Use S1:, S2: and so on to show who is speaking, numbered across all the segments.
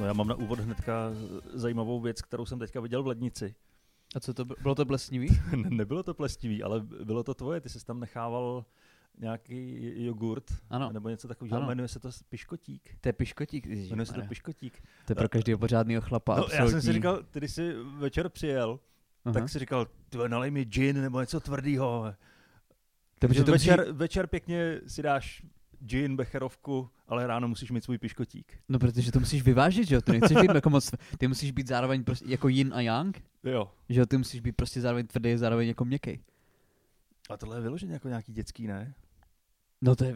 S1: No já mám na úvod hnedka zajímavou věc, kterou jsem teďka viděl v lednici.
S2: A co to by- bylo to blesnivý?
S1: Ne- Nebylo to plestivý, ale bylo to tvoje, ty jsi tam nechával nějaký jogurt
S2: Ano.
S1: nebo něco takového,
S2: No. Ano.
S1: jmenuje se to s- piškotík.
S2: To je piškotík.
S1: Jmenuje se to piškotík.
S2: to je pro každého pořádného chlapa.
S1: No, já jsem si
S2: absolutní.
S1: říkal, ty když jsi večer přijel,
S2: Aha.
S1: tak si říkal, ty nalej mi gin nebo něco tvrdého.
S2: to,
S1: Že
S2: protože to musí,
S1: večer, večer pěkně si dáš gin, becherovku, ale ráno musíš mít svůj piškotík.
S2: no, protože to musíš vyvážit, že jo? Ty nechceš být jako moc, ty musíš být zároveň prostě jako yin a yang,
S1: Jo.
S2: že jo? Ty musíš být prostě zároveň tvrdý, zároveň jako měkký.
S1: A tohle je vyloženě jako nějaký dětský, ne?
S2: No to je,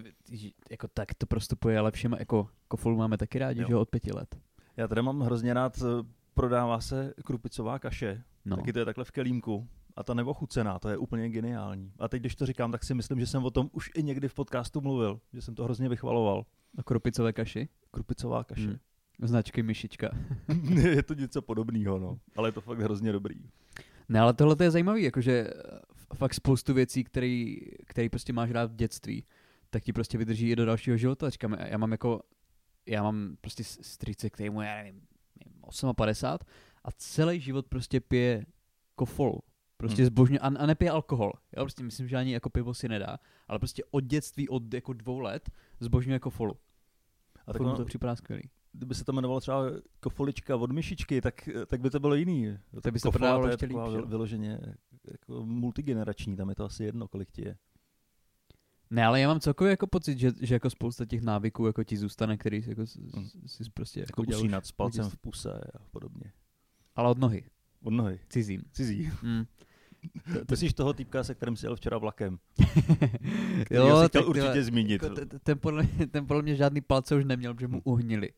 S2: jako tak to prostupuje, ale všem jako kofolu máme taky rádi,
S1: Jo.
S2: že jo, od pěti let.
S1: Já tady mám hrozně rád, eh, prodává se krupicová kaše,
S2: No.
S1: taky to je takhle v kelímku. A ta neochucená, to je úplně geniální. A teď, když to říkám, tak si myslím, že jsem o tom už i někdy v podcastu mluvil, že jsem to hrozně vychvaloval.
S2: A krupicové kaši, Hmm.
S1: Krupicová kaše.
S2: značky myšička.
S1: Hmm. je to něco podobného, no. Ale je to fakt hrozně dobrý.
S2: Ne, ale tohle to je zajímavé, jakože eh, f- fakt spoustu věcí, který, který prostě máš rád v dětství, tak ti prostě vydrží i do dalšího života. Říkám, já mám jako, já mám prostě s- strýce, který mu, já nevím, nevím, 58 a celý život prostě pije kofolu. Prostě
S1: Hmm.
S2: hmm. zbožňuje, a, a nepije alkohol. Jo, prostě myslím, že ani jako pivo si nedá, ale prostě od dětství, od jako dvou let, zbožňuje kofolu.
S1: A tak
S2: Furt mu
S1: ono,
S2: to připadá skvělý.
S1: kdyby se to jmenovalo třeba kofolička od myšičky, tak, tak by to bylo jiný.
S2: To by se
S1: Kofola,
S2: prodávalo
S1: to je
S2: ještě líp,
S1: taková
S2: že jo?
S1: vyloženě jako multigenerační, tam je to asi jedno, kolik
S2: Jako
S1: ti je.
S2: Ne, ale já mám celkově jako pocit, že, že jako spousta těch návyků jako ti zůstane, který jsi jako s-
S1: Hmm.
S2: s- si prostě jako
S1: Jako
S2: udělal už-
S1: usínat s palcem
S2: dětství.
S1: v puse a podobně.
S2: Ale od nohy.
S1: Od nohy.
S2: Cizím.
S1: Cizí.
S2: Mm.
S1: Myslíš toho týpka, se kterým jsi jel včera vlakem?
S2: jo,
S1: Jo,
S2: tak
S1: jsi chtěl
S2: ty
S1: určitě
S2: vole,
S1: zmínit. Hmm.
S2: Jako, t- ten, podle mě, ten podle mě žádný palce už neměl, protože mu uhnili.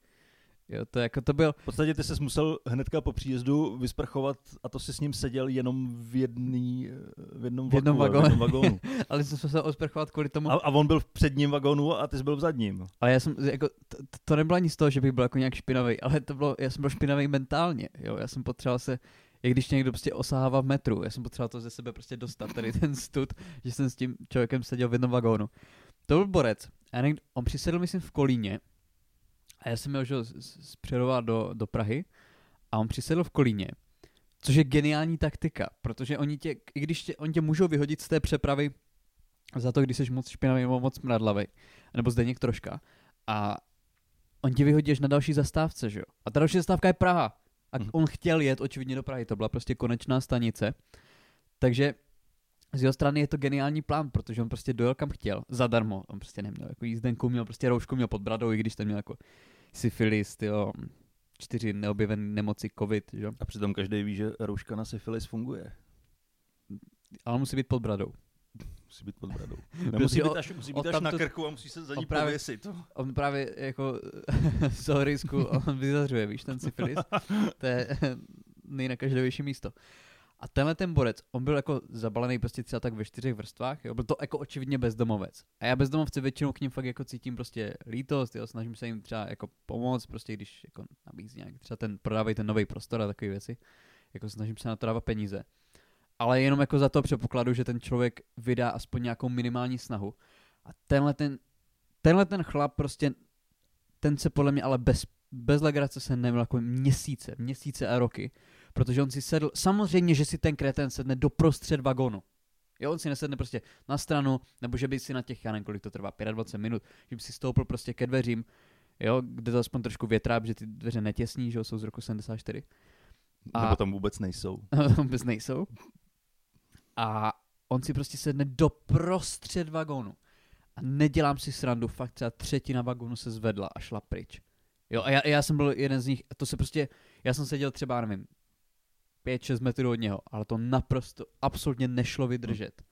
S2: Jo, to jako to byl,
S1: V podstatě ty se musel hnedka po příjezdu vysprchovat a to si s ním seděl jenom v, jedný, eh, v jednom,
S2: V jednom
S1: vlaku, eh,
S2: vagónu.
S1: v jednom vagónu.
S2: ale jsem se musel osprchovat kvůli tomu.
S1: A, a on byl v předním vagónu a ty jsi byl v zadním.
S2: Ale já jsem, jako, to, to nebylo ani z toho, že bych byl jako nějak špinavý, ale to bylo, já jsem byl špinavý mentálně, jo, já jsem potřeboval se, jak když tě někdo prostě osahává v metru, já jsem potřeboval to ze sebe prostě dostat, tady ten stud, že jsem s tím člověkem seděl v jednom vagónu. To byl borec, a někdo, on přisedl, myslím, v Kolíně, a já jsem jel, že jo, z, z z Přerova do, do Prahy, a on přisedl v Kolíně, což je geniální taktika, protože oni tě, i když tě, oni tě můžou vyhodit z té přepravy za to, když jsi moc špinavý nebo moc mradlavý, nebo Zdeněk troška, a on ti vyhodí až na další zastávce, že jo? A ta další zastávka je Praha. A
S1: Mhm.
S2: on chtěl jet očividně do Prahy, to byla prostě konečná stanice. Takže z jeho strany je to geniální plán, protože on prostě dojel kam chtěl, zadarmo. On prostě neměl jako jízdenku, měl prostě roušku, měl pod bradou, i když tam měl jako syfilis, tyjo, čtyři neobjevené nemoci, covid, že jo?
S1: A přitom každý ví, že rouška na syfilis funguje.
S2: Ale musí být pod bradou.
S1: Musí být pod bradou. Nemusí
S2: Prostě
S1: být až, musí být až
S2: odtamtud-
S1: na krku a musí se za ní
S2: on právě-
S1: pověsit.
S2: On právě jako z toho risku on vyzařuje, víš, ten syfilis. To je nejnakažlivější místo. A tenhle ten borec, on byl jako zabalený prostě třeba tak ve čtyřech vrstvách, jo? byl to jako očividně bezdomovec. A já bezdomovce většinou k ním fakt jako cítím prostě lítost, jo? snažím se jim třeba jako pomoct, prostě když jako nabízí nějak, třeba ten, prodávají ten nový prostor a takové věci, jako snažím se na to dávat peníze. Ale jenom jako za to předpokladu, že ten člověk vydá aspoň nějakou minimální snahu. A tenhle ten, tenhle ten chlap prostě, ten se podle mě ale bez, bez legrace se neměl jako měsíce, měsíce a roky. Protože on si sedl, samozřejmě, že si ten kreten sedne doprostřed vagonu. Jo, on si nesedne prostě na stranu, nebo že by si na těch, já nevím, kolik to trvá, 25 minut, že by si stoupil prostě ke dveřím, jo, kde to aspoň trošku větrá, protože ty dveře netěsní, že jo, jsou z roku 74. A-
S1: Nebo tam vůbec nejsou.
S2: vůbec nejsou. A on si prostě sedne do prostřed vagónu. A nedělám si srandu, fakt třeba třetina vagónu se zvedla a šla pryč. Jo, a já, já jsem byl jeden z nich, a to se prostě, já jsem seděl třeba, nevím, 5-6 metrů od něho, ale to naprosto, absolutně nešlo vydržet.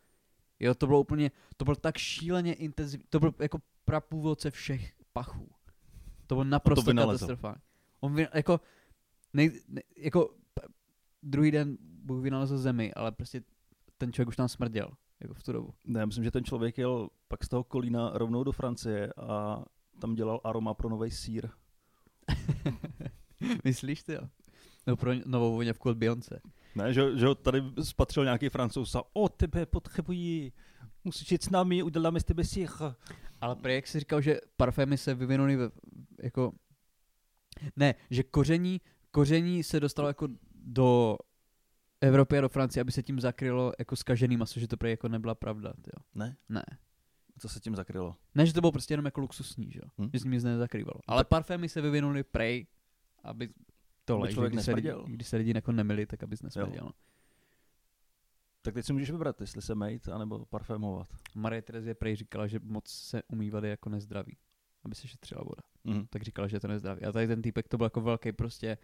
S2: Jo, to bylo úplně, to bylo tak šíleně intenzivní, to byl jako prapůvodce všech pachů. To bylo naprosto
S1: vynalezl.
S2: katastrofální. On vy, jako, nej, ne, jako p- druhý den Bůh vynalezl zemi, ale prostě ten člověk už tam smrděl, jako v tu dobu.
S1: Ne, já myslím, že ten člověk jel pak z toho kolína rovnou do Francie a tam dělal aroma pro nový sír.
S2: Myslíš ty jo? No pro novou voněvku od Beyoncé.
S1: Ne, že, že ho tady spatřil nějaký francouz a o, tebe potřebuji, musíš jít s námi, uděláme z tebe sir.
S2: Ale prý, jak jsi říkal, že parfémy se vyvinuly ve, jako Ne, že koření, koření se dostalo jako do Evropy a do Francie, aby se tím zakrylo jako skažený maso, že to prý jako nebyla pravda. Tyjo.
S1: Ne?
S2: Ne.
S1: Co se tím zakrylo?
S2: Ne, že to bylo prostě jenom jako luxusní, že, jo?
S1: Hm.
S2: že s ním nic nezakrývalo. Ale parfémy se vyvinuly prej, aby tohle,
S1: Aby
S2: že
S1: člověk
S2: když, se lidi,
S1: nesmrděl.
S2: když se lidi jako nemili, tak aby se nesmrděl. no.
S1: Tak teď si můžeš vybrat, jestli se mejt, anebo parfémovat.
S2: Marie Terezie prej říkala, že moc se umývat je jako nezdravý, aby se šetřila voda.
S1: Mhm.
S2: tak říkal, že je to nezdraví. A tady ten týpek to byl jako velký prostě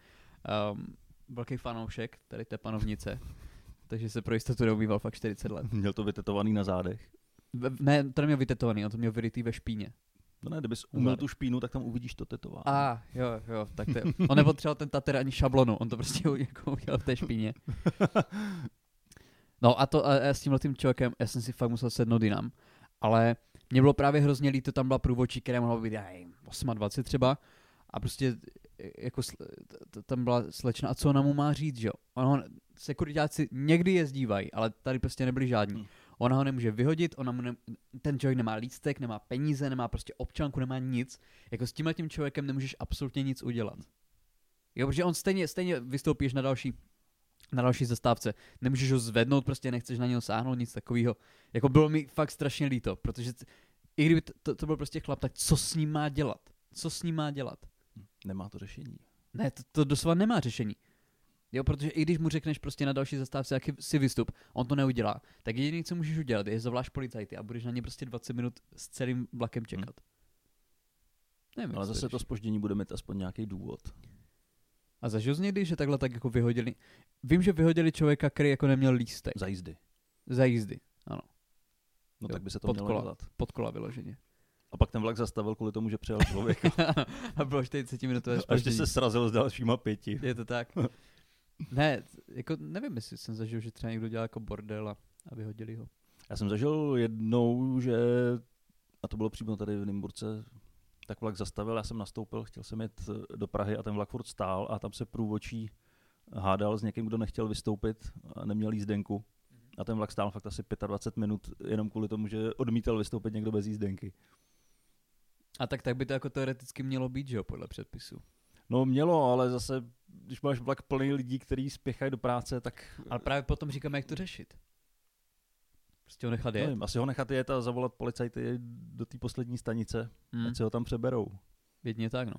S2: um, velký fanoušek tady té panovnice. Takže se pro jistotu neumýval fakt 40 let.
S1: Měl to vytetovaný na zádech.
S2: Ve- Ne, to neměl vytetovaný, on to měl vyrytý ve špíně.
S1: No ne, kdybys uměl
S2: Zádech.
S1: tu špínu, tak tam uvidíš to tetování.
S2: A ah, jo, jo, tak to, on nepotřeboval ten tater ani šablonu, on to prostě u- jako udělal v té špíně. No a to a, a s tímhle tím člověkem, já jsem si fakt musel sednout jinam, ale mě bylo právě hrozně líto, tam byla průvodčí, která mohla být, já nevím, 28 třeba, a prostě e, jako sl- t- t- tam byla slečna, a co ona mu má říct, že jo? Ono, sekuritáci někdy jezdívají, ale tady prostě nebyli žádní.
S1: Hmm.
S2: Ona ho nemůže vyhodit, ona mu ne, ten člověk nemá lístek, nemá peníze, nemá prostě občanku, nemá nic. Jako s tímhle tím člověkem nemůžeš absolutně nic udělat. Jo, protože on stejně, stejně vystoupíš na další, na další zastávce. Nemůžeš ho zvednout, prostě nechceš na něho sáhnout, nic takového. Jako bylo mi fakt strašně líto, protože t- i kdyby t- to, to byl prostě chlap, tak co s ním má dělat? Co s ním má dělat?
S1: Nemá to řešení.
S2: Ne, to, to doslova nemá řešení. Jo, protože i když mu řekneš prostě na další zastávce, jak si vystup, on to neudělá, tak jediné, co můžeš udělat, je zavoláš policajty a budeš na ně prostě 20 minut s celým vlakem čekat. Nevím,
S1: Hmm. Ale
S2: jak
S1: zase to
S2: řeší.
S1: spoždění bude mít aspoň nějaký důvod.
S2: A zažil jsi někdy, že takhle tak jako vyhodili? Vím, že vyhodili člověka, který jako neměl lístek
S1: Za jízdy.
S2: za jízdy,
S1: No
S2: Jo,
S1: tak by se to
S2: pod
S1: mělo
S2: kola.
S1: dělat.
S2: pod kola vyloženě.
S1: A pak ten vlak zastavil kvůli tomu, že přijel člověk.
S2: a bylo 40
S1: a
S2: minutové
S1: ještě
S2: spoždění.
S1: se srazil s dalšíma pěti.
S2: Je to tak. ne, jako nevím, jestli jsem zažil, že třeba někdo dělal jako bordel a, a vyhodili ho.
S1: Já jsem zažil jednou, že, a to bylo přímo tady v Nymburce, tak vlak zastavil, já jsem nastoupil, chtěl jsem jet eh, do Prahy a ten vlak furt stál a tam se průvočí hádal s někým, kdo nechtěl vystoupit a neměl jízdenku. A ten vlak stál fakt asi 25 minut jenom kvůli tomu, že odmítal vystoupit někdo bez jízdenky.
S2: A tak, tak by to jako teoreticky mělo být, že jo, podle předpisu.
S1: No mělo, ale zase, když máš vlak plný lidí, kteří spěchají do práce, tak
S2: Ale právě potom říkám, jak to řešit. Prostě ho nechat jet.
S1: nevím, asi ho nechat jet a zavolat policajty do té poslední stanice,
S2: Mm,
S1: ať si ho tam přeberou.
S2: jedně tak, no.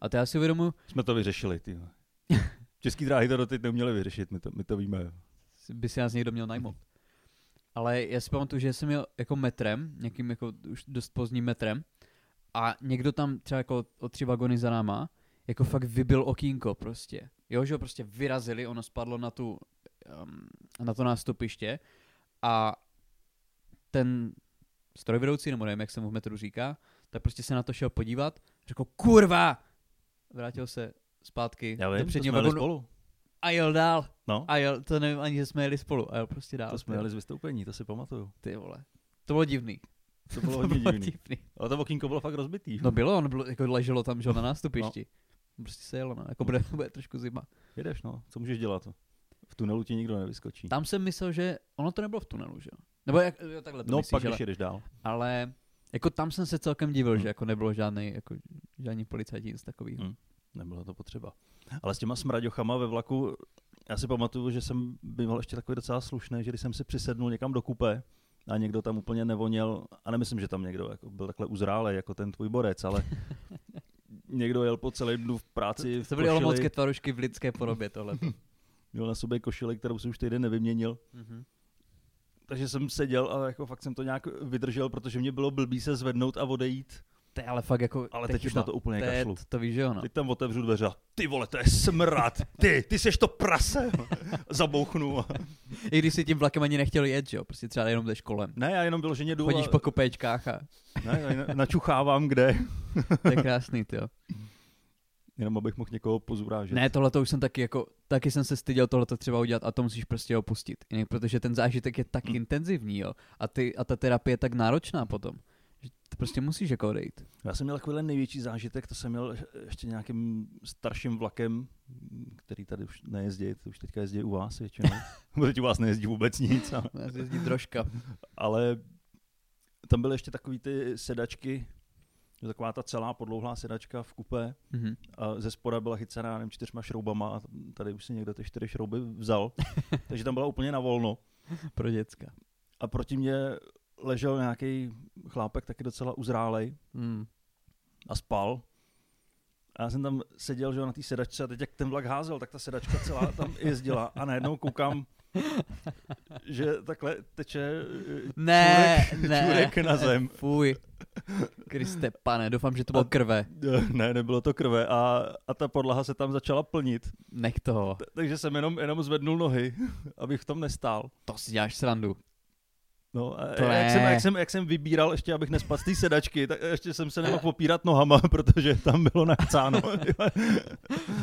S2: A to já si uvědomuji,
S1: Jsme to vyřešili, ty. vole. Český dráhy to doteď neuměli vyřešit, my to, my to víme.
S2: by si nás někdo měl najmout.
S1: Mhm.
S2: Ale já si pamatuju, že jsem jel jako metrem, nějakým jako už dost pozdním metrem a někdo tam třeba jako o tři vagony za náma jako fakt vybil okýnko prostě. Jo, že ho prostě vyrazili, ono spadlo na tu, um, na to nástupiště a ten strojvedoucí, nebo nevím, jak se mu v metru říká, tak prostě se na to šel podívat, řekl kurva! Vrátil se zpátky
S1: Já
S2: do
S1: vím, to
S2: předního
S1: jsme jeli
S2: vagonu
S1: spolu.
S2: a jel dál.
S1: No,
S2: A jel, to nevím ani, že jsme jeli spolu, a jel prostě dál.
S1: to jsme
S2: ty-
S1: jeli z vystoupení, to si pamatuju.
S2: Ty vole. To bylo divný.
S1: To bylo hodně divný.
S2: divný.
S1: Ale to okýnko bylo fakt rozbitý.
S2: No bylo, ono bylo, jako leželo tam, že jo, na nástupišti. No. Prostě se jelo, no. Jako bude, bude trošku zima.
S1: Jedeš, no, co můžeš dělat? V tunelu ti nikdo nevyskočí.
S2: Tam jsem myslel, že ono to nebylo v tunelu, že jo. Nebo jak, jo, takhle to
S1: no,
S2: myslíš,
S1: pak
S2: ale,
S1: když jedeš dál.
S2: ale, jako tam jsem se celkem divil,
S1: Hmm.
S2: že jako nebylo žádný, jako žádný policajti, nic takového.
S1: Hmm. Nebylo to potřeba. Ale s těma smraďochama ve vlaku, já si pamatuju, že jsem byl ještě takový docela slušný, že když jsem si přisednul někam do kupé a někdo tam úplně nevoněl, a nemyslím, že tam někdo jako byl takhle uzrálej, jako ten tvůj borec, ale někdo jel po celý dnu v práci
S2: To,
S1: v
S2: to byly
S1: košili,
S2: olomoucké tvarušky v lidské podobě tohle.
S1: měl na sobě košili, kterou si už týden nevyměnil.
S2: mhm.
S1: Takže jsem seděl a jako fakt jsem to nějak vydržel, protože mě bylo blbý se zvednout a odejít.
S2: To je ale fakt jako...
S1: Ale
S2: je
S1: teď už
S2: chyba.
S1: na to úplně
S2: to, je,
S1: kašlu.
S2: to víš, že jo, no.
S1: Teď tam otevřu dveře a ty vole, to je smrad, ty, ty seš to prase. Zabouchnu a
S2: I když si tím vlakem ani nechtěl jet, že jo, prostě třeba jenom jdeš kolem.
S1: Ne, já jenom vyloženě jdu
S2: Chodíš
S1: a,
S2: po kopečkách a
S1: ne, já jen- načuchávám kde,
S2: to je krásný, ty jo.
S1: jenom abych mohl někoho pozurážet.
S2: Ne, tohle to už jsem taky jako, taky jsem se styděl tohle to třeba udělat a to musíš prostě opustit. Jinak, protože ten zážitek je tak
S1: Hmm.
S2: intenzivní, jo. A, ty, a ta terapie je tak náročná potom. Že to prostě musíš jako odejít.
S1: Já jsem měl takovýhle největší zážitek, to jsem měl e- ještě nějakým starším vlakem, který tady už nejezdí, to už teďka jezdí u vás většinou. Bo teď u vás nejezdí vůbec nic, ale,
S2: Jezdí drožka.
S1: ale tam byly ještě takový ty sedačky, že taková ta celá podlouhlá sedačka v kupé
S2: Mhm.
S1: a ze spoda byla chycená já nevím, čtyřma šroubama a tady už si někdo ty čtyři šrouby vzal, takže tam byla úplně na volno.
S2: Pro děcka.
S1: A proti mě ležel nějaký chlápek taky docela uzrálej
S2: Mm.
S1: a spal. A já jsem tam seděl že jo, na té sedačce a teď jak ten vlak házel, tak ta sedačka celá tam jezdila a najednou koukám, že takhle teče eh,
S2: Ne,
S1: čůrek,
S2: ne.
S1: čůrek na zem.
S2: Fuj. Kriste, pane, doufám, že to bylo krve.
S1: Eh, Ne, nebylo to krve a, a ta podlaha se tam začala plnit.
S2: Nech toho.
S1: T- takže jsem jenom, jenom zvednul nohy, abych v tom nestál.
S2: To si děláš srandu.
S1: No, a
S2: To
S1: jak,
S2: ne.
S1: jsem, jak, jsem, jak jsem vybíral ještě, abych nespadl z té sedačky, tak ještě jsem se nemohl popírat nohama, protože tam bylo nachcáno.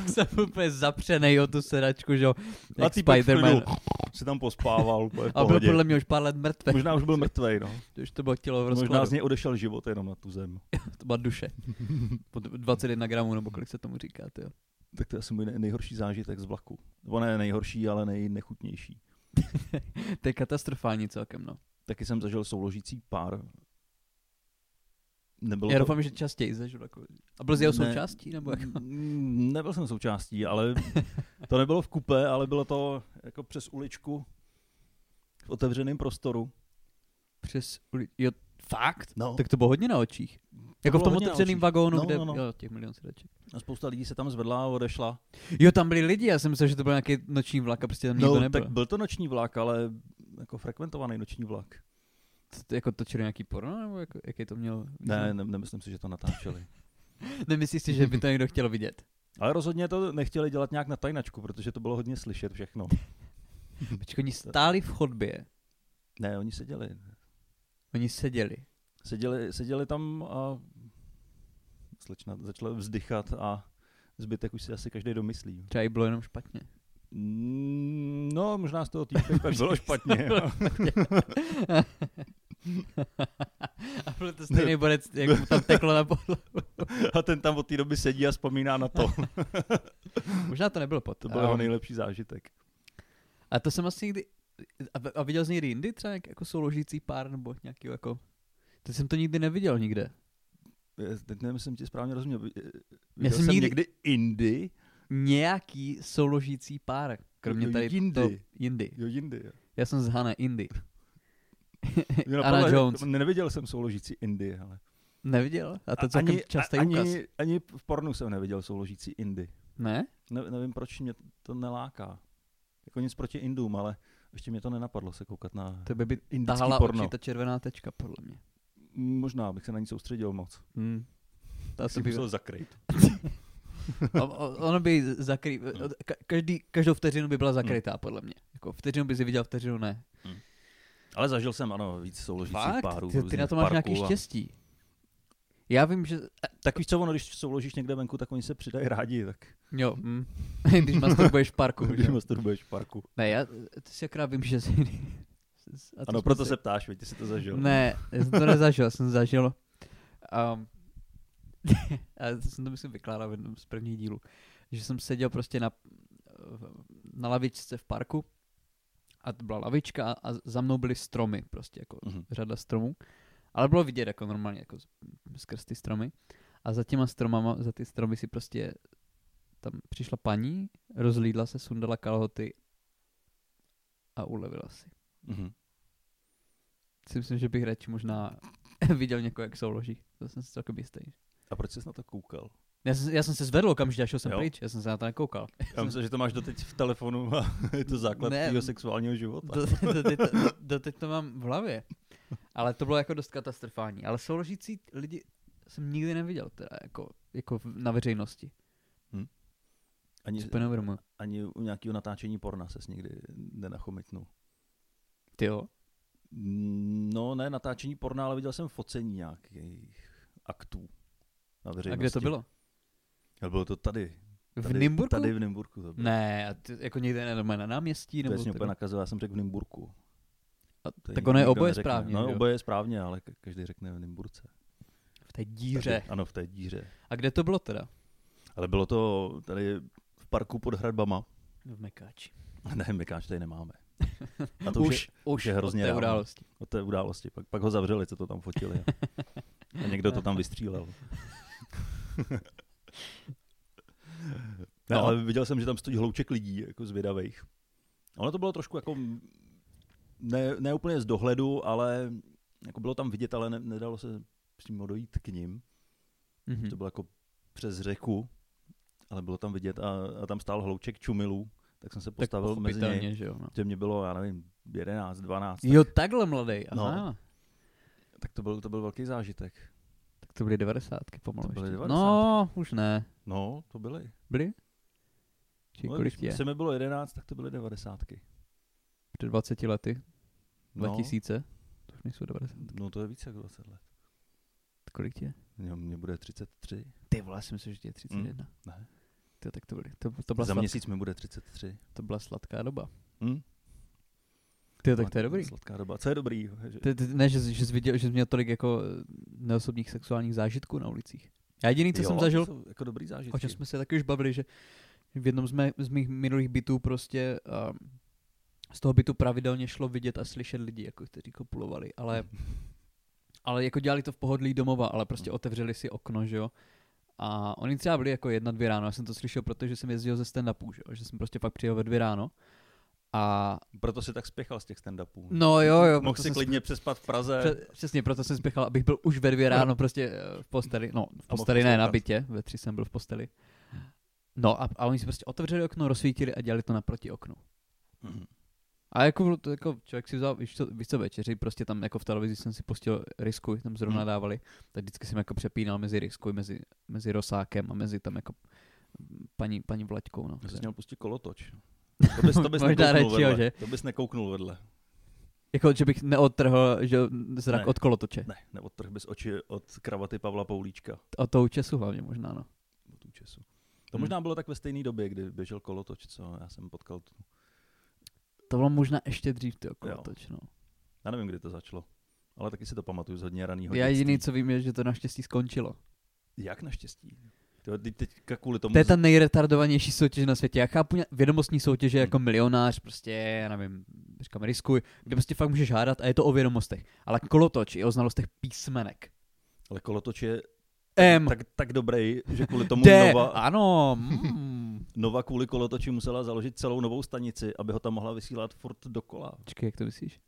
S2: Jsem úplně zapřenej o tu sedačku, že jo.
S1: a
S2: Jak
S1: ty Spiderman
S2: Spider-Man.
S1: si tam pospával. Úplně v
S2: A byl
S1: pohodě.
S2: podle mě už pár let mrtvý.
S1: Možná už byl mrtvej, no.
S2: To už to bylo tělo v
S1: Možná z
S2: rozkladu.
S1: něj odešel život jenom na tu zem.
S2: To byla duše. Po 21 gramů, nebo kolik se tomu říká, jo.
S1: Tak to je asi můj nej- nejhorší zážitek z vlaku. Nebo ne nejhorší, ale nejnechutnější.
S2: To je katastrofální celkem, no.
S1: Taky jsem zažil souložící pár. Nebylo
S2: Já
S1: to...
S2: doufám, že častěji zažil jako... A byl jsi jeho
S1: Ne.
S2: součástí, nebo jako- jak?
S1: Mm, Nebyl jsem součástí, ale to nebylo v kupe, ale bylo to jako přes uličku v otevřeném prostoru.
S2: Přes... uli- Jo, fakt?
S1: No.
S2: Tak to bylo hodně na očích. Jako v
S1: bylo
S2: tom
S1: hodně na
S2: otevřeném
S1: očích.
S2: vagónu,
S1: No,
S2: kde...
S1: no, no.
S2: Jo, těch milion sedaček.
S1: A spousta lidí se tam zvedla a odešla.
S2: Jo, tam byli lidi, já jsem myslel, že to byl nějaký noční vlak a prostě tam nikdo nebyl.
S1: No, tak byl to noční vlak, ale jako frekventovaný noční vlak.
S2: Co to- jako točili nějaký porno, nebo jako, jaký to mělo?
S1: Ne, ne, nemyslím si, že to natáčeli.
S2: Nemyslíš si, že by to někdo chtěl vidět?
S1: Ale rozhodně to nechtěli dělat nějak na tajnačku, protože to bylo hodně slyšet všechno.
S2: Počkej, oni stáli v chodbě,
S1: Ne, oni seděli.
S2: oni seděli.
S1: Seděli, seděli tam a slečna začala vzdychat a zbytek už si asi každý domyslí.
S2: Třeba jí bylo jenom špatně.
S1: Mm, No, možná z toho týpka pak bylo špatně.
S2: A byl to stejný borec, jak mu tam teklo na podlahu.
S1: A ten tam od té doby sedí a vzpomíná na to.
S2: Možná to nebylo pot.
S1: To byl jeho nejlepší zážitek.
S2: A to jsem asi někdy... A, a viděl jsi někdy jindy třeba nějak, jako souložící pár nebo nějaký jako... To jsem to nikdy neviděl nikde.
S1: Eh, Teď nevím, jestli jsem ti správně rozuměl. Vi- eh,
S2: Já
S1: Viděl
S2: jsem
S1: jsem,
S2: nikdy-
S1: někdy Indy.
S2: Nějaký souložící pár. Kromě
S1: Jo,
S2: tady
S1: jindy.
S2: To, jindy.
S1: Jo, Indy. jo.
S2: Já jsem z Hana Indy.
S1: Mě
S2: Anna
S1: napadlo, že-
S2: Jones.
S1: Neviděl jsem souložící Indy. Ale.
S2: Neviděl? A to je
S1: A-
S2: celkem častý
S1: a-
S2: úkaz.
S1: ani, ani v pornu jsem neviděl souložící Indy.
S2: Ne?
S1: Ne, nevím, proč mě to neláká. Jako nic proti Indům, ale ještě mě to nenapadlo se koukat na
S2: To by by
S1: indický
S2: tahala
S1: porno.
S2: oči ta červená tečka, podle mě.
S1: Možná bych se na ní soustředil moc.
S2: Hmm. To asi
S1: Jsem
S2: by...
S1: musel zakrýt.
S2: O- o- Ono by zakrý...
S1: No.
S2: ka- Každý, každou vteřinu by byla zakrytá,
S1: Hmm.
S2: podle mě. Jako vteřinu by si viděl, vteřinu ne.
S1: Ale zažil jsem, ano, víc souložících párů. v
S2: Ty, ty
S1: různých
S2: na to máš
S1: parků
S2: nějaký
S1: a-
S2: štěstí. Já vím, že...
S1: Tak víš co, ono, když souložíš někde venku, tak oni se přidají rádi, tak jako
S2: Jo, hm. když masturbuješ v parku. že
S1: když
S2: jo.
S1: masturbuješ v parku.
S2: Ne, já ty si akorát vím, že jsi... A to
S1: Ano,
S2: jsme
S1: proto
S2: si-
S1: se ptáš, víš, ty jsi to zažil.
S2: Ne, já jsem to nezažil, já jsem zažil. Um, a to jsem to myslím vykládal v jednom z prvních dílů, že jsem seděl prostě na, na lavičce v parku a to byla lavička a za mnou byly stromy, prostě jako
S1: Mhm.
S2: řada stromů. Ale bylo vidět jako normálně, jako z- skrz ty stromy. A za těma stromama, za ty stromy si prostě tam přišla paní, rozlídla se, sundala kalhoty a ulevila si
S1: Mhm.
S2: si myslím, že bych radši možná viděl někoho, jak souloží. To jsem si celkem jistý.
S1: A proč jsi na to koukal?
S2: Já jsem, já jsem se zvedl okamžitě a šel jsem
S1: Jo.
S2: pryč, já jsem se na to nekoukal.
S1: Já myslím, že to máš doteď v telefonu a je to základ
S2: Ne.
S1: tvého sexuálního života.
S2: Do, do, do, do, do teď to mám v hlavě. Ale to bylo jako dost katastrofální. Ale souložící lidi jsem nikdy neviděl, teda jako, jako v- na veřejnosti.
S1: Ani,
S2: Super neuvědomuji.
S1: ani u nějakého natáčení porna ses nikdy nenachomitnul.
S2: Ty jo?
S1: Mm, No ne, natáčení porna, ale viděl jsem focení nějakých aktů na
S2: A
S1: veřejnosti.
S2: kde to bylo?
S1: Ale bylo to tady.
S2: V
S1: tady
S2: Nymburku?
S1: Tady v Nymburku to bylo.
S2: Ne, a ty, jako někde ne, doma na náměstí?
S1: To
S2: Nebo
S1: je mě
S2: tak-
S1: úplně nakazuje, já jsem řekl v Nymburku.
S2: A
S1: To
S2: tak
S1: nikdo-
S2: ono je
S1: nikdo
S2: oboje
S1: neřekne.
S2: správně. že
S1: No
S2: jo?
S1: oboje je správně, ale ka- každý řekne v Nymburce.
S2: V té díře.
S1: Tady, ano, v té díře.
S2: A kde to bylo teda?
S1: Ale bylo to tady v parku pod hradbama.
S2: V Mekáči.
S1: Ne, Mekáč tady nemáme. A je,
S2: už, už
S1: už je hrozně
S2: od té
S1: dávno.
S2: události.
S1: od té události. Pak, pak ho zavřeli, co to tam fotili. A někdo to tam vystřílel. Ne,
S2: No.
S1: no. ale viděl jsem, že tam stojí hlouček lidí, jako zvědavých. Ono to bylo trošku jako, ne, ne úplně z dohledu, ale jako bylo tam vidět, ale ne, nedalo se přímo dojít k ním.
S2: Mhm.
S1: To bylo jako přes řeku, ale bylo tam vidět a, a tam stál hlouček čumilů, tak jsem se
S2: Tak
S1: postavil mezi ně.
S2: pochopitelně, že jo. No.
S1: Že mě bylo, já nevím, 11, 12, tak,
S2: Jo, takhle mladý. Aha. No.
S1: No. tak to, byl, to byl velký zážitek.
S2: Tak to byly devadesátky pomalu.
S1: To byly
S2: ještě.
S1: devadesátky.
S2: No, už ne.
S1: No, to byly.
S2: Byly? Či
S1: No,
S2: kolik je?
S1: když se mi bylo 11, tak to byly 90.
S2: Před 20 lety?
S1: No,
S2: 2000? To už nejsou 90.
S1: no to je více jak 20 let.
S2: Kolik je?
S1: Mně- Mně bude 33.
S2: Ty vole, já si myslím, že ti je 31. Mm.
S1: Ne.
S2: Ty, tak to, byly, to, to, byla
S1: Hmm. Za
S2: sladká,
S1: měsíc mi bude 33.
S2: to byla sladká doba.
S1: Hm? No,
S2: Ty, tak to je dobrý.
S1: Sladká doba. Co je dobrý? Že...
S2: Ty, ty, ne, že, jsi- že jsi viděl, že jsi měl tolik jako neosobních sexuálních zážitků na ulicích. Já jediný, co jo,
S1: Jo,
S2: jsem
S1: to
S2: zažil,
S1: jsou Jako dobrý zážitky.
S2: o čem jsme se taky už bavili, že v jednom z, mé, z mých minulých bytů prostě um, z toho bytu pravidelně šlo vidět a slyšet lidi, jako kteří kopulovali, ale, ale jako dělali to v pohodlí domova, ale prostě otevřeli si okno, že jo. A oni třeba byli jako jedna, dvě ráno, já jsem to slyšel, protože jsem jezdil ze stand-upů, že, jo? že jsem prostě fakt přijel ve dvě ráno. A
S1: Proto se tak spěchal z těch stand-upů.
S2: no jo, jo.
S1: Mohl
S2: proto
S1: si
S2: jsem
S1: klidně přespat v Praze.
S2: Pře- Přesně, proto jsem spěchal, abych byl už ve dvě
S1: No.
S2: ráno prostě eh, v posteli, no v posteli ne, na
S1: poslouchat.
S2: bytě, ve tři jsem byl v posteli. No a, a oni si prostě otevřeli okno, rozsvítili a dělali to naproti oknu.
S1: Mhm.
S2: A jako, bylo to, jako člověk si vzal, víš co, víš co večeři, prostě tam jako v televizi jsem si pustil Riskuj, tam zrovna
S1: Mhm.
S2: dávali, tak vždycky jsem jako přepínal mezi Riskuj, mezi, mezi Rosákem a mezi tam jako paní, paní Vlaďkou, no.
S1: Já
S2: To
S1: jsi
S2: je-
S1: měl pustit kolotoč. To bys, to bys
S2: Možná
S1: nekouknul
S2: radši, jo,
S1: vedle.
S2: že?
S1: To bys nekouknul vedle.
S2: Jako, že bych neodtrhl že, jo, zrak
S1: Ne.
S2: od kolotoče.
S1: Ne, neodtrh bys oči od kravaty Pavla Poulíčka.
S2: Od toho účesu hlavně možná, no.
S1: Od účesu. To
S2: Hmm.
S1: možná bylo tak ve stejné době, kdy běžel kolotoč, co já jsem potkal. Tu...
S2: To bylo možná ještě dřív, ty kolotoč, no.
S1: Já nevím, kdy to začalo. Ale taky si to pamatuju z hodně raného
S2: Já jediný, co vím, je, že to naštěstí skončilo.
S1: Jak naštěstí? Ty, teď teďka kvůli tomu...
S2: To je ta nejretardovanější soutěž na světě. Já chápu ně- vědomostní soutěže jako milionář, prostě, já nevím, říkám, riskuj, kde prostě fakt můžeš hádat a je to o vědomostech. Ale kolotoč je o znalostech písmenek.
S1: Ale kolotoč je
S2: M,
S1: tak, tak dobrý, že kvůli tomu
S2: D,
S1: Nova,
S2: ano, mm.
S1: Nova kvůli kolotoči musela založit celou novou stanici, aby ho tam mohla vysílat furt dokola.
S2: Počkej, jak to myslíš?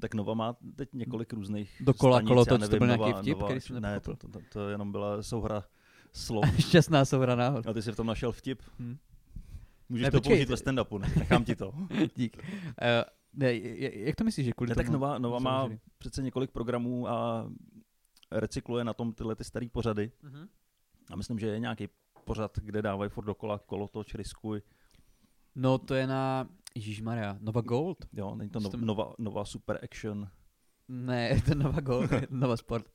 S1: Tak Nova má teď několik různých
S2: Dokola
S1: stanic,
S2: kolotoč,
S1: já
S2: to
S1: nevím,
S2: byl
S1: Nova,
S2: nějaký vtip,
S1: Nova,
S2: který jsem
S1: Ne,
S2: nepochopil.
S1: to, to, to jenom byla souhra slov.
S2: Šťastná souhra náhod.
S1: A ty jsi v tom našel vtip.
S2: Hm.
S1: Můžeš
S2: Ne,
S1: to
S2: počkej,
S1: použít
S2: ty-
S1: ve stand-upu, ne? nechám ti to.
S2: Dík. Uh, ne, je- je- jak to myslíš, že kvůli
S1: Ne, tak
S2: tomu
S1: Nova, Nova má
S2: založili?
S1: přece několik programů a recykluje na tom tyhle ty staré pořady.
S2: Mhm.
S1: A myslím, že je nějaký pořad, kde dávají furt dokola kolotoč, riskuj.
S2: No to je na... Ježišmarja, Nova Gold?
S1: Jo, není to
S2: Co
S1: no,
S2: tam-
S1: Nova, Nova Super Action.
S2: Ne, je to Nova Gold, je to Nova Sport.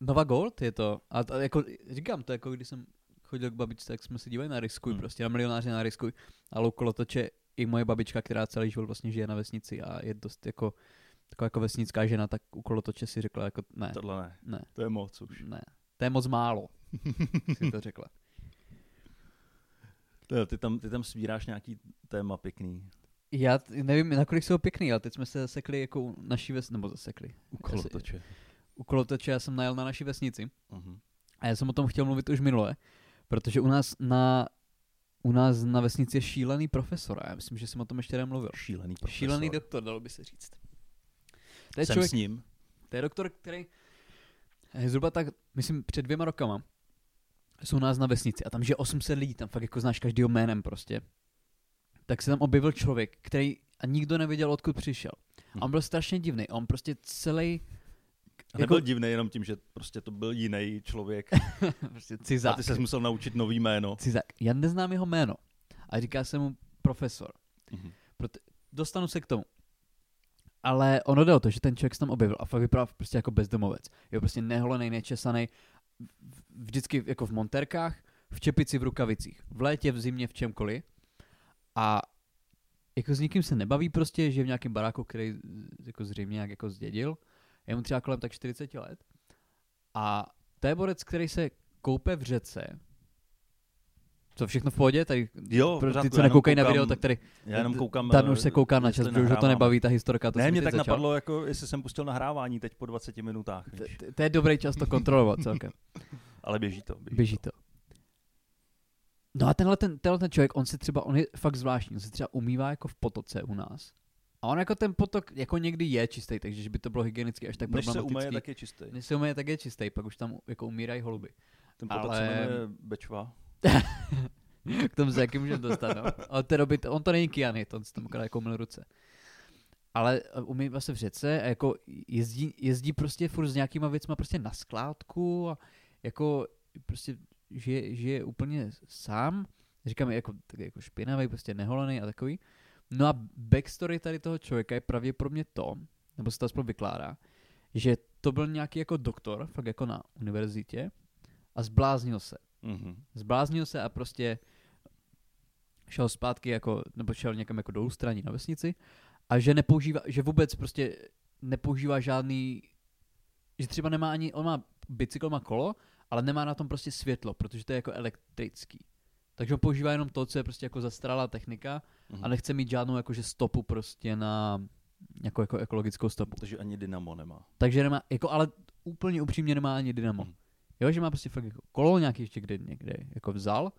S2: Nova Gold je to. A to, jako, říkám to, jako když jsem chodil k babičce, tak jsme se dívali na Riskuj, hmm.
S1: Hmm.
S2: prostě na milionáře na Riskuj. A loukolo toče i moje babička, která celý život vlastně žije na vesnici a je dost jako taková jako vesnická žena, tak u kolotoče si řekla jako ne, to...
S1: Tohle ne.
S2: Ne.
S1: To je moc už.
S2: ne, to je moc málo, si to řekla.
S1: To- Ty tam, ty tam sbíráš nějaký téma pěkný.
S2: Já t- nevím, nakolik jsou pěkný, ale teď jsme se zasekli jako u naší ves... nebo zasekli.
S1: U
S2: kolotoče.
S1: kolotoče.
S2: U kolotoče já jsem najel na naší vesnici
S1: Mhm.
S2: A já jsem o tom chtěl mluvit už minule, protože u nás na, u nás na vesnici je šílený profesor a já myslím, že jsem o tom ještě nemluvil.
S1: Šílený profesor.
S2: Šílený doktor, dalo by se říct. To je,
S1: Jsem
S2: člověk,
S1: s ním.
S2: to je doktor, který eh, zhruba tak, myslím, před dvěma rokama jsou u nás na vesnici a tam žije 800 lidí, tam fakt jako znáš každýho jménem prostě. Tak se tam objevil člověk, který a nikdo nevěděl, odkud přišel. A on byl strašně divný. On prostě celý
S1: Hm. A nebyl
S2: Jako-
S1: divný jenom tím, že prostě to byl jiný člověk.
S2: prostě
S1: A
S2: cizák.
S1: ty se musel naučit nový jméno.
S2: Cizák. Já neznám jeho jméno. A říká se mu profesor.
S1: Mhm.
S2: Dostanu se k tomu. Ale ono jde o to, že ten člověk se tam objevil a fakt vypadá prostě jako bezdomovec. Je prostě neholený, nečesaný, vždycky jako v monterkách, v čepici, v rukavicích. V létě, v zimě, v čemkoliv. A jako s nikým se nebaví prostě, že je v nějakém baráku, který jako zřejmě nějak jako zdědil. Je mu třeba kolem tak 40 let. A to je borec, který se koupe v řece Co všechno v pohodě? Tady,
S1: Jo, v
S2: pro ty,
S1: pořádku,
S2: co
S1: já jenom
S2: nekoukají na
S1: koukám-
S2: video, tak tady
S1: Já jenom koukám...
S2: Dan už
S1: eh,
S2: se kouká na
S1: jestli
S2: čas, protože už ho to
S1: nahrávám.
S2: nebaví, ta historka. To
S1: ne,
S2: jsem
S1: mě
S2: teď
S1: tak
S2: začal.
S1: napadlo, jako jestli jsem pustil nahrávání teď po 20 minutách.
S2: To-
S1: Víš.
S2: to- To je dobrý čas to kontrolovat celkem.
S1: Ale běží to. Běží,
S2: Běží
S1: To.
S2: to. No a tenhle ten, tenhle ten člověk, on si třeba, on je fakt zvláštní, on se třeba umývá jako v potoce u nás. A on jako ten potok jako někdy je čistý, takže že by to bylo hygienicky až tak
S1: Než se
S2: problematický.
S1: umeje, tak je čistý.
S2: Než se umeje, tak je čistý, pak už tam jako umírají holuby.
S1: Ten potok
S2: Ale-
S1: se jmenuje Bečva.
S2: K tomu se jaký můžeme dostat, no. Ale té doby, to- on to není Kianit, on si tam akorát jako umyl ruce. Ale eh, umývá se v řece a jako jezdí, jezdí prostě furt s nějakýma věcma prostě na skládku a jako prostě žije, žije úplně sám. Říkáme jako, tak jako špinavý, prostě neholený a takový. No a backstory tady toho člověka je pravděpodobně to, nebo se to aspoň vykládá, že to byl nějaký jako doktor, fakt jako na univerzitě a zbláznil se
S1: Mhm.
S2: zbláznil se a prostě šel zpátky jako, nebo šel někam jako do ústraní na vesnici a že nepoužívá, že vůbec prostě nepoužívá žádný, že třeba nemá ani, on má bicykel, má kolo, ale nemá na tom prostě světlo, protože to je jako elektrický. Takže on používá jenom to, co je prostě jako zastaralá technika
S1: Mhm.
S2: a nechce mít žádnou jakože stopu prostě na jako, jako ekologickou stopu.
S1: Takže ani dynamo nemá.
S2: Takže nemá, jako ale úplně upřímně nemá ani dynamo.
S1: Mhm.
S2: Jo, že má prostě fakt jako kolo nějaký ještě kde někde jako vzal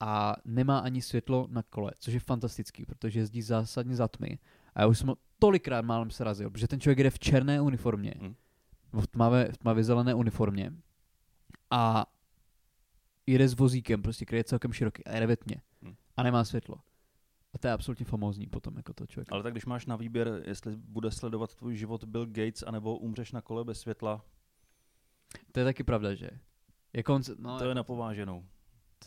S2: a nemá ani světlo na kole, což je fantastický, protože jezdí zásadně za tmy. A já už jsem ho tolikrát málem srazil, protože ten člověk jede v černé uniformě,
S1: Mhm.
S2: nebo v tmavé, v tmavě zelené uniformě a jede s vozíkem, prostě který je celkem široký a jede ve tmě
S1: Mhm.
S2: a nemá světlo. A to je absolutně famózní potom jako to člověk.
S1: Ale tak když máš na výběr, jestli bude sledovat tvůj život Bill Gates, anebo umřeš na kole bez světla,
S2: To je taky pravda, že? Jako on, se- no,
S1: to je napováženou.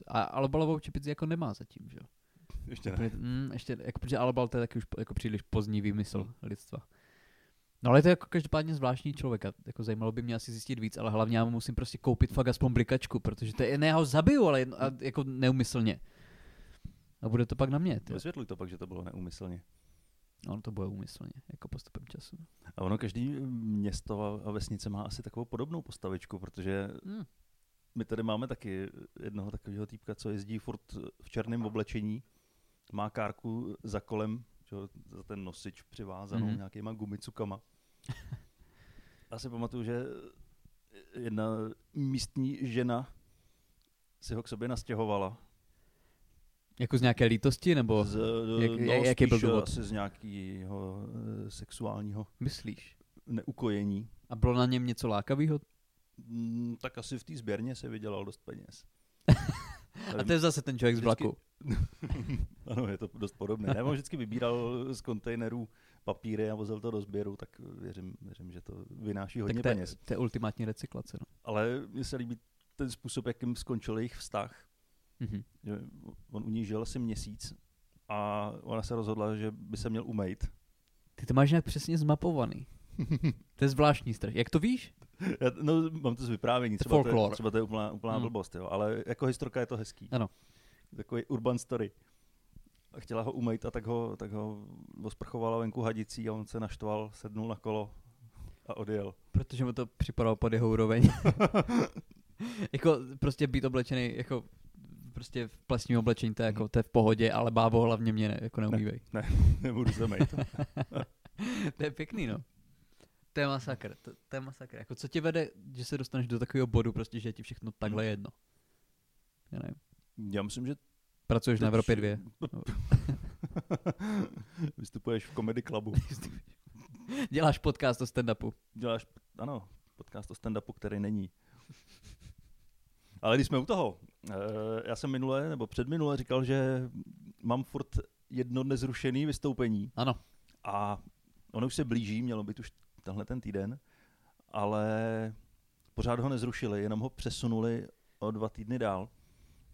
S2: a, ale balovou čepici jako nemá zatím, že jo?
S1: Ještě
S2: Úplně, mm, ještě, jako, protože Alabal to je taky už po- jako příliš pozdní výmysl lidstva. No ale je to jako každopádně zvláštní člověk a jako zajímalo by mě asi zjistit víc, ale hlavně já mu musím prostě koupit fakt aspoň blikačku, protože to je, ne, já ho zabiju, ale jedno, a, jako neumyslně. A bude to pak na mě, ty.
S1: Vysvětluj to pak, že to bylo neúmyslně.
S2: On to bude úmyslně, jako postupem času.
S1: A ono každý město a- a vesnice má asi takovou podobnou postavičku, protože
S2: Mm.
S1: my tady máme taky jednoho takového týpka, co jezdí furt v černém oblečení, má kárku za kolem, že jo, za ten nosič přivázanou
S2: Mhm.
S1: mm-hmm. nějakýma gumicukama. Já si pamatuju, že jedna místní žena si ho k sobě nastěhovala.
S2: Jako z nějaké lítosti, nebo
S1: Z,
S2: jak-
S1: no,
S2: jak- jaký byl
S1: spíš
S2: důvod?
S1: Asi z nějakého eh, sexuálního
S2: myslíš?
S1: neukojení.
S2: A bylo na něm něco lákavého?
S1: Mm, tak asi v té sběrně se vydělal dost peněz.
S2: A to je zase ten člověk z
S1: vždycky-
S2: vlaku.
S1: Ano, je to dost podobné. Já on vždycky vybíral z kontejnerů papíry a vozil to do sběru, tak věřím, věřím že to vynáší hodně
S2: tak to je,
S1: peněz.
S2: to je ultimátní recyklace, no.
S1: Ale mně se líbí ten způsob, jakým skončil jejich vztah.
S2: Mhm.
S1: Že on u ní žil asi měsíc a ona se rozhodla, že by se měl umejt.
S2: Ty to máš nějak přesně zmapovaný. to je zvláštní strach. Jak to víš?
S1: Já, no, mám to z vyprávění,
S2: To je
S1: třeba to, je,
S2: folklor.
S1: třeba to je úplná, úplná
S2: Hmm.
S1: hmm. blbost, jo. ale jako historka je to hezký.
S2: Ano.
S1: Takový urban story. A chtěla ho umýt a tak ho, tak ho osprchovala venku hadicí a on se naštval, sednul na kolo a odjel.
S2: Protože mu to připadalo pod jeho úroveň. jako prostě být oblečený, jako prostě v plesním oblečení, to je, jako, to je v pohodě, ale bábo hlavně mě ne, jako neumývej.
S1: Nebudu se mejt.
S2: to je pěkný, no. To je masakr, to, to je masakr. Jako co tě vede, že se dostaneš do takového bodu, prostě, že je ti všechno takhle jedno? Já nevím.
S1: Já myslím, že
S2: Pracuješ na
S1: Teď-
S2: Evropě dvě.
S1: vystupuješ v Comedy Clubu.
S2: Děláš podcast o stand-upu.
S1: Děláš, ano, podcast o stand-upu, který není. Ale když jsme u toho, eh, já jsem minule nebo předminule říkal, že mám furt jedno nezrušené vystoupení
S2: Ano.
S1: a ono už se blíží, mělo být už tenhle ten týden, ale pořád ho nezrušili, jenom ho přesunuli o dva týdny dál.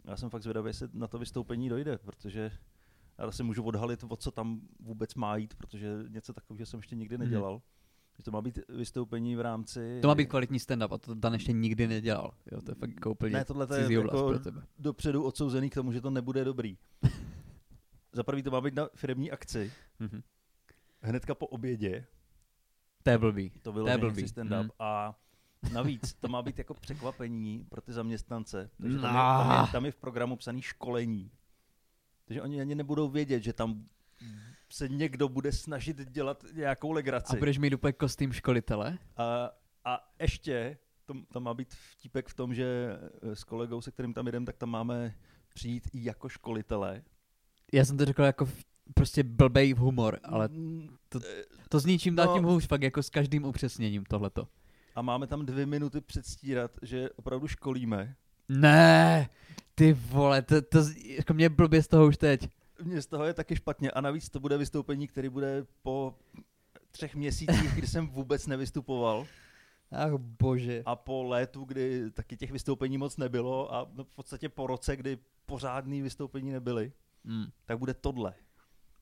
S1: Já jsem fakt zvědavý, jestli na to vystoupení dojde, protože já se můžu odhalit, o co tam vůbec má jít, protože něco takového jsem ještě nikdy
S2: Mhm.
S1: nedělal. Že to má být vystoupení v rámci...
S2: To má být kvalitní stand-up a to Dan ještě nikdy nedělal. Jo, to je fakt jako úplně
S1: Ne, tohle to je
S2: cizí oblast
S1: jako-
S2: pro tebe.
S1: dopředu odsouzený k tomu, že to nebude dobrý. Za prvý to má být na firmní akci,
S2: Mhm.
S1: hnedka po obědě,
S2: To je blbý.
S1: to
S2: To je
S1: vyloženě
S2: blbý.
S1: chci stand-up
S2: Mhm.
S1: a Navíc to má být jako překvapení pro ty zaměstnance, takže tam,
S2: No.
S1: je, tam, je, tam je v programu psaný školení. Takže oni ani nebudou vědět, že tam se někdo bude snažit dělat nějakou
S2: A
S1: legraci.
S2: budeš mít úplně kostým školitele?
S1: A, a ještě, to, tam má být vtípek v tom, že eh, s kolegou, se kterým tam jdem, tak tam máme přijít i jako školitelé.
S2: Já jsem to řekl jako v- prostě blbej humor, ale
S1: Mm,
S2: to s ničím dál
S1: No.
S2: tím hůř, fakt jako s každým upřesněním tohleto.
S1: A máme tam dvě minuty předstírat, že opravdu školíme.
S2: Ne, ty vole, to, to z- jako mě blbě z toho už teď.
S1: Mně z toho je taky špatně. A navíc to bude vystoupení, které bude po třech měsících, kdy jsem vůbec nevystupoval
S2: Ach bože.
S1: a po létu, kdy taky těch vystoupení moc nebylo a no, v podstatě po roce, kdy pořádný vystoupení nebyly,
S2: Mm.
S1: tak bude tohle.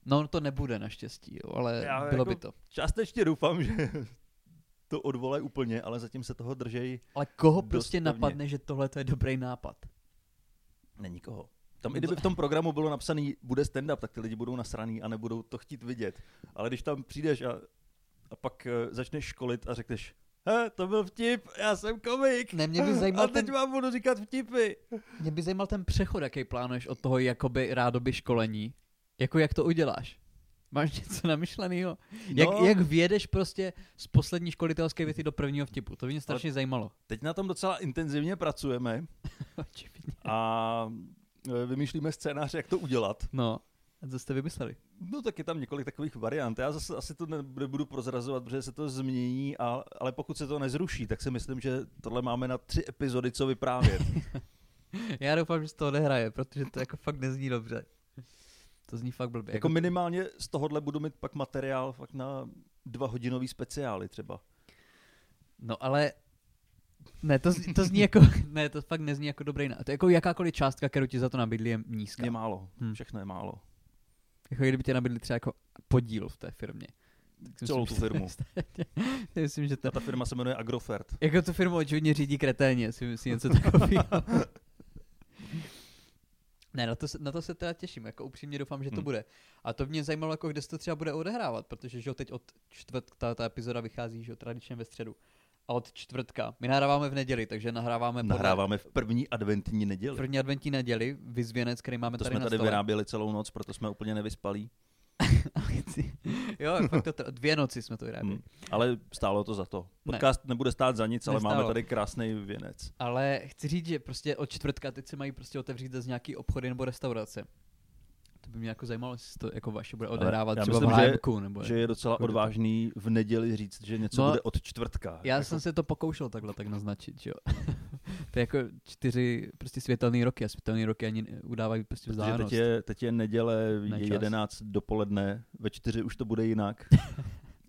S2: No to nebude naštěstí, jo, ale
S1: Já
S2: bylo
S1: jako-
S2: by to.
S1: Částečně doufám, že to odvolají úplně, ale zatím se toho držej.
S2: Ale koho
S1: dost
S2: prostě
S1: pevně.
S2: napadne, že tohle to je dobrý nápad?
S1: Není koho. Tam, I kdyby v tom programu bylo napsaný, bude stand-up, tak ty lidi budou nasraný a nebudou to chtít vidět. Ale když tam přijdeš a, a pak eh, začneš školit a řekneš, He, to byl vtip, já jsem komik.
S2: Ne, mě by
S1: a
S2: zajímal
S1: teď
S2: ten-
S1: vám budu říkat vtipy.
S2: Mě by zajímal ten přechod, jaký plánuješ od toho jakoby rádoby školení. Jako jak to uděláš? Máš něco namyšleného? Jak,
S1: No.
S2: jak vědeš prostě z poslední školitelské věty do prvního vtipu? To by mě strašně zajímalo.
S1: Teď na tom docela intenzivně pracujeme
S2: Očividně.
S1: a eh, vymýšlíme scénář, jak to udělat.
S2: No, a co jste vymysleli?
S1: No tak je tam několik takových variant. Já zase asi to ne- nebudu prozrazovat, protože se to změní, a, ale pokud se to nezruší, tak si myslím, že tohle máme na tři epizody co vyprávět.
S2: Já doufám, že z toho nehraje, protože to jako fakt nezní dobře. To zní fakt blbě.
S1: jako minimálně z tohohle budu mít pak materiál fakt na dva hodinový speciály třeba.
S2: No ale... Ne, to zní, to zní jako... Ne, to fakt nezní jako dobrý nápad. To je Jako jakákoliv částka, kterou ti za to nabídli, je nízká.
S1: Je málo,
S2: Hmm.
S1: hmm. všechno je málo.
S2: Jako kdyby tě nabídli třeba jako podíl v té firmě. Tak si
S1: Celou tu
S2: myslím, že-
S1: firmu.
S2: Myslím, že to...
S1: A ta firma se jmenuje Agrofert.
S2: Jako tu firmu očividně řídí kreténě, si myslím něco takového. ne, na to, se, na to se teda těším, jako upřímně doufám, že to
S1: Hmm.
S2: bude. A to mě zajímalo, jako kde se to třeba bude odehrávat, protože že jo, teď od čtvrtka, ta, ta epizoda vychází, že jo, tradičně ve středu. A od čtvrtka, my nahráváme v neděli, takže nahráváme podle-
S1: Nahráváme v první adventní
S2: v
S1: neděli.
S2: první adventní neděli, vyzvěnec, který máme
S1: To
S2: tady
S1: jsme
S2: na
S1: tady
S2: stole.
S1: vyráběli celou noc, proto jsme úplně nevyspalí.
S2: jo, fakt to, tr- dvě noci jsme to vyráběli.
S1: Hmm. Ale stálo to za to. Podcast ne. nebude stát za nic, ale
S2: Nestálo.
S1: máme tady krásný věnec.
S2: Ale chci říct, že prostě od čtvrtka teď se mají prostě otevřít z nějaký obchody nebo restaurace. To by mě jako zajímalo, jestli to jako vaše bude
S1: Ale
S2: odehrávat
S1: já
S2: třeba
S1: myslím, že-
S2: v HMku, nebo
S1: Že je docela
S2: Jako kdo to-
S1: odvážný v neděli říct, že něco
S2: No,
S1: bude od čtvrtka.
S2: Já
S1: Jako-
S2: jsem se to pokoušel takhle tak naznačit, že jo. to je jako čtyři prostě světelný roky a světelný roky ani ne- udávají prostě
S1: Protože
S2: vzdálenost.
S1: teď je, teď je neděle,
S2: Ne,
S1: je
S2: čas.
S1: 11 dopoledne, ve 4 už to bude jinak,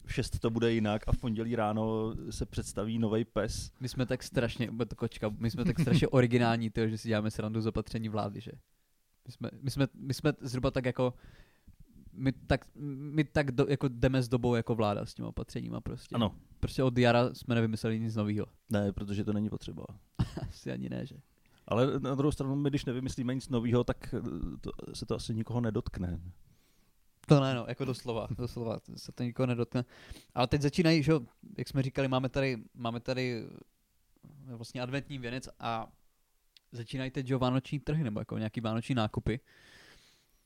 S1: v 6 to bude jinak a v pondělí ráno se představí nový pes.
S2: My jsme tak strašně, bude to kočka, my jsme tak strašně originální, tyjo, že si děláme srandu z opatření vlády, že? My jsme, my jsme, my jsme zhruba tak jako, my tak, my tak do, jako jdeme s dobou jako vláda s těma opatřeníma prostě.
S1: Ano,
S2: Prostě od jara jsme nevymysleli nic nového.
S1: ne, protože to není potřeba.
S2: Asi ani ne, že?
S1: Ale na druhou stranu, my když nevymyslíme nic nového, tak eh, to, se to asi nikoho nedotkne.
S2: To ne, no, jako doslova, doslova, to se to nikoho nedotkne. Ale teď začínají, že jo, jak jsme říkali, máme tady, máme tady eh, vlastně adventní věnec a začínají teď, že jo, vánoční trhy nebo jako nějaký vánoční nákupy.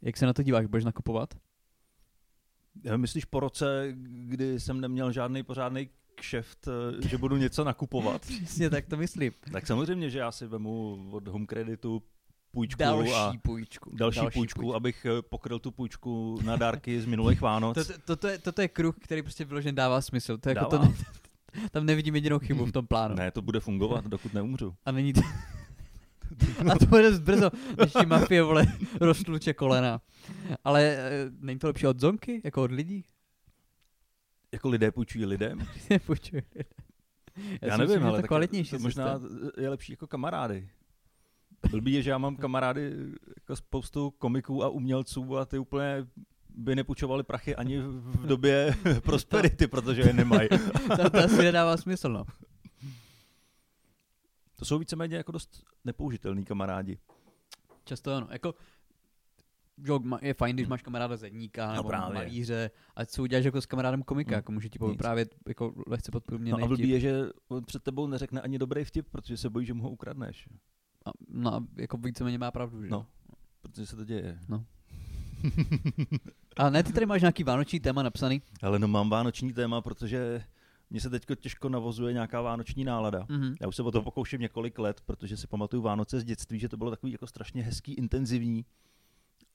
S2: Jak se na to díváš, budeš nakupovat?
S1: Eh, Myslíš po roce, kdy jsem neměl žádný pořádný kšeft, eh, že budu něco nakupovat?
S2: Přesně tak to myslím.
S1: tak samozřejmě, že já si vemu od home kreditu půjčku
S2: Další
S1: a
S2: půjčku.
S1: další, půjčku, abych eh, pokryl tu půjčku na dárky z minulých Vánoc.
S2: To, to, toto, je, toto je kruh, který prostě vyložen dává smysl. To je jako to,
S1: Dává.
S2: tam nevidím jedinou chybu v tom plánu.
S1: Ne, to bude fungovat, dokud neumřu.
S2: A není to... A to bude brzo, než ti mafie, vole, roztluče kolena. Ale e, není to lepší od zonky, jako od lidí?
S1: Jako lidé půjčují lidem?
S2: Nepůjčuji.
S1: Já, nevím,
S2: si myslím, že
S1: ale
S2: to
S1: tak
S2: kvalitnější
S1: to možná
S2: systém.
S1: je lepší jako kamarády. Blbý je, že já mám kamarády jako spoustu komiků a umělců a ty úplně by nepůjčovali prachy ani v době prosperity, protože je nemají.
S2: To, to asi nedává smysl, no.
S1: To jsou víceméně jako dost nepoužitelní kamarádi.
S2: Často ano. Jako že jo, ma- je fajn, když máš kamaráda zedníka nebo
S1: Hm. No, právě.
S2: malíře, a co uděláš jako s kamarádem komika,
S1: Mm.
S2: jako může ti
S1: Nic.
S2: povyprávět jako lehce podpůrně
S1: No a blbý je, že on před tebou neřekne ani dobrý vtip, protože se bojí, že mu ho ukradneš.
S2: a, no a jako víceméně má pravdu, že?
S1: No.
S2: jo.
S1: Protože se to děje.
S2: A ne, ty tady máš nějaký vánoční téma napsaný.
S1: Ale no mám vánoční téma, protože mě se teď těžko navozuje nějaká vánoční nálada.
S2: Mhm.
S1: Já už se o to pokouším několik let, protože si pamatuju Vánoce z dětství, že to bylo takový jako strašně hezký, intenzivní,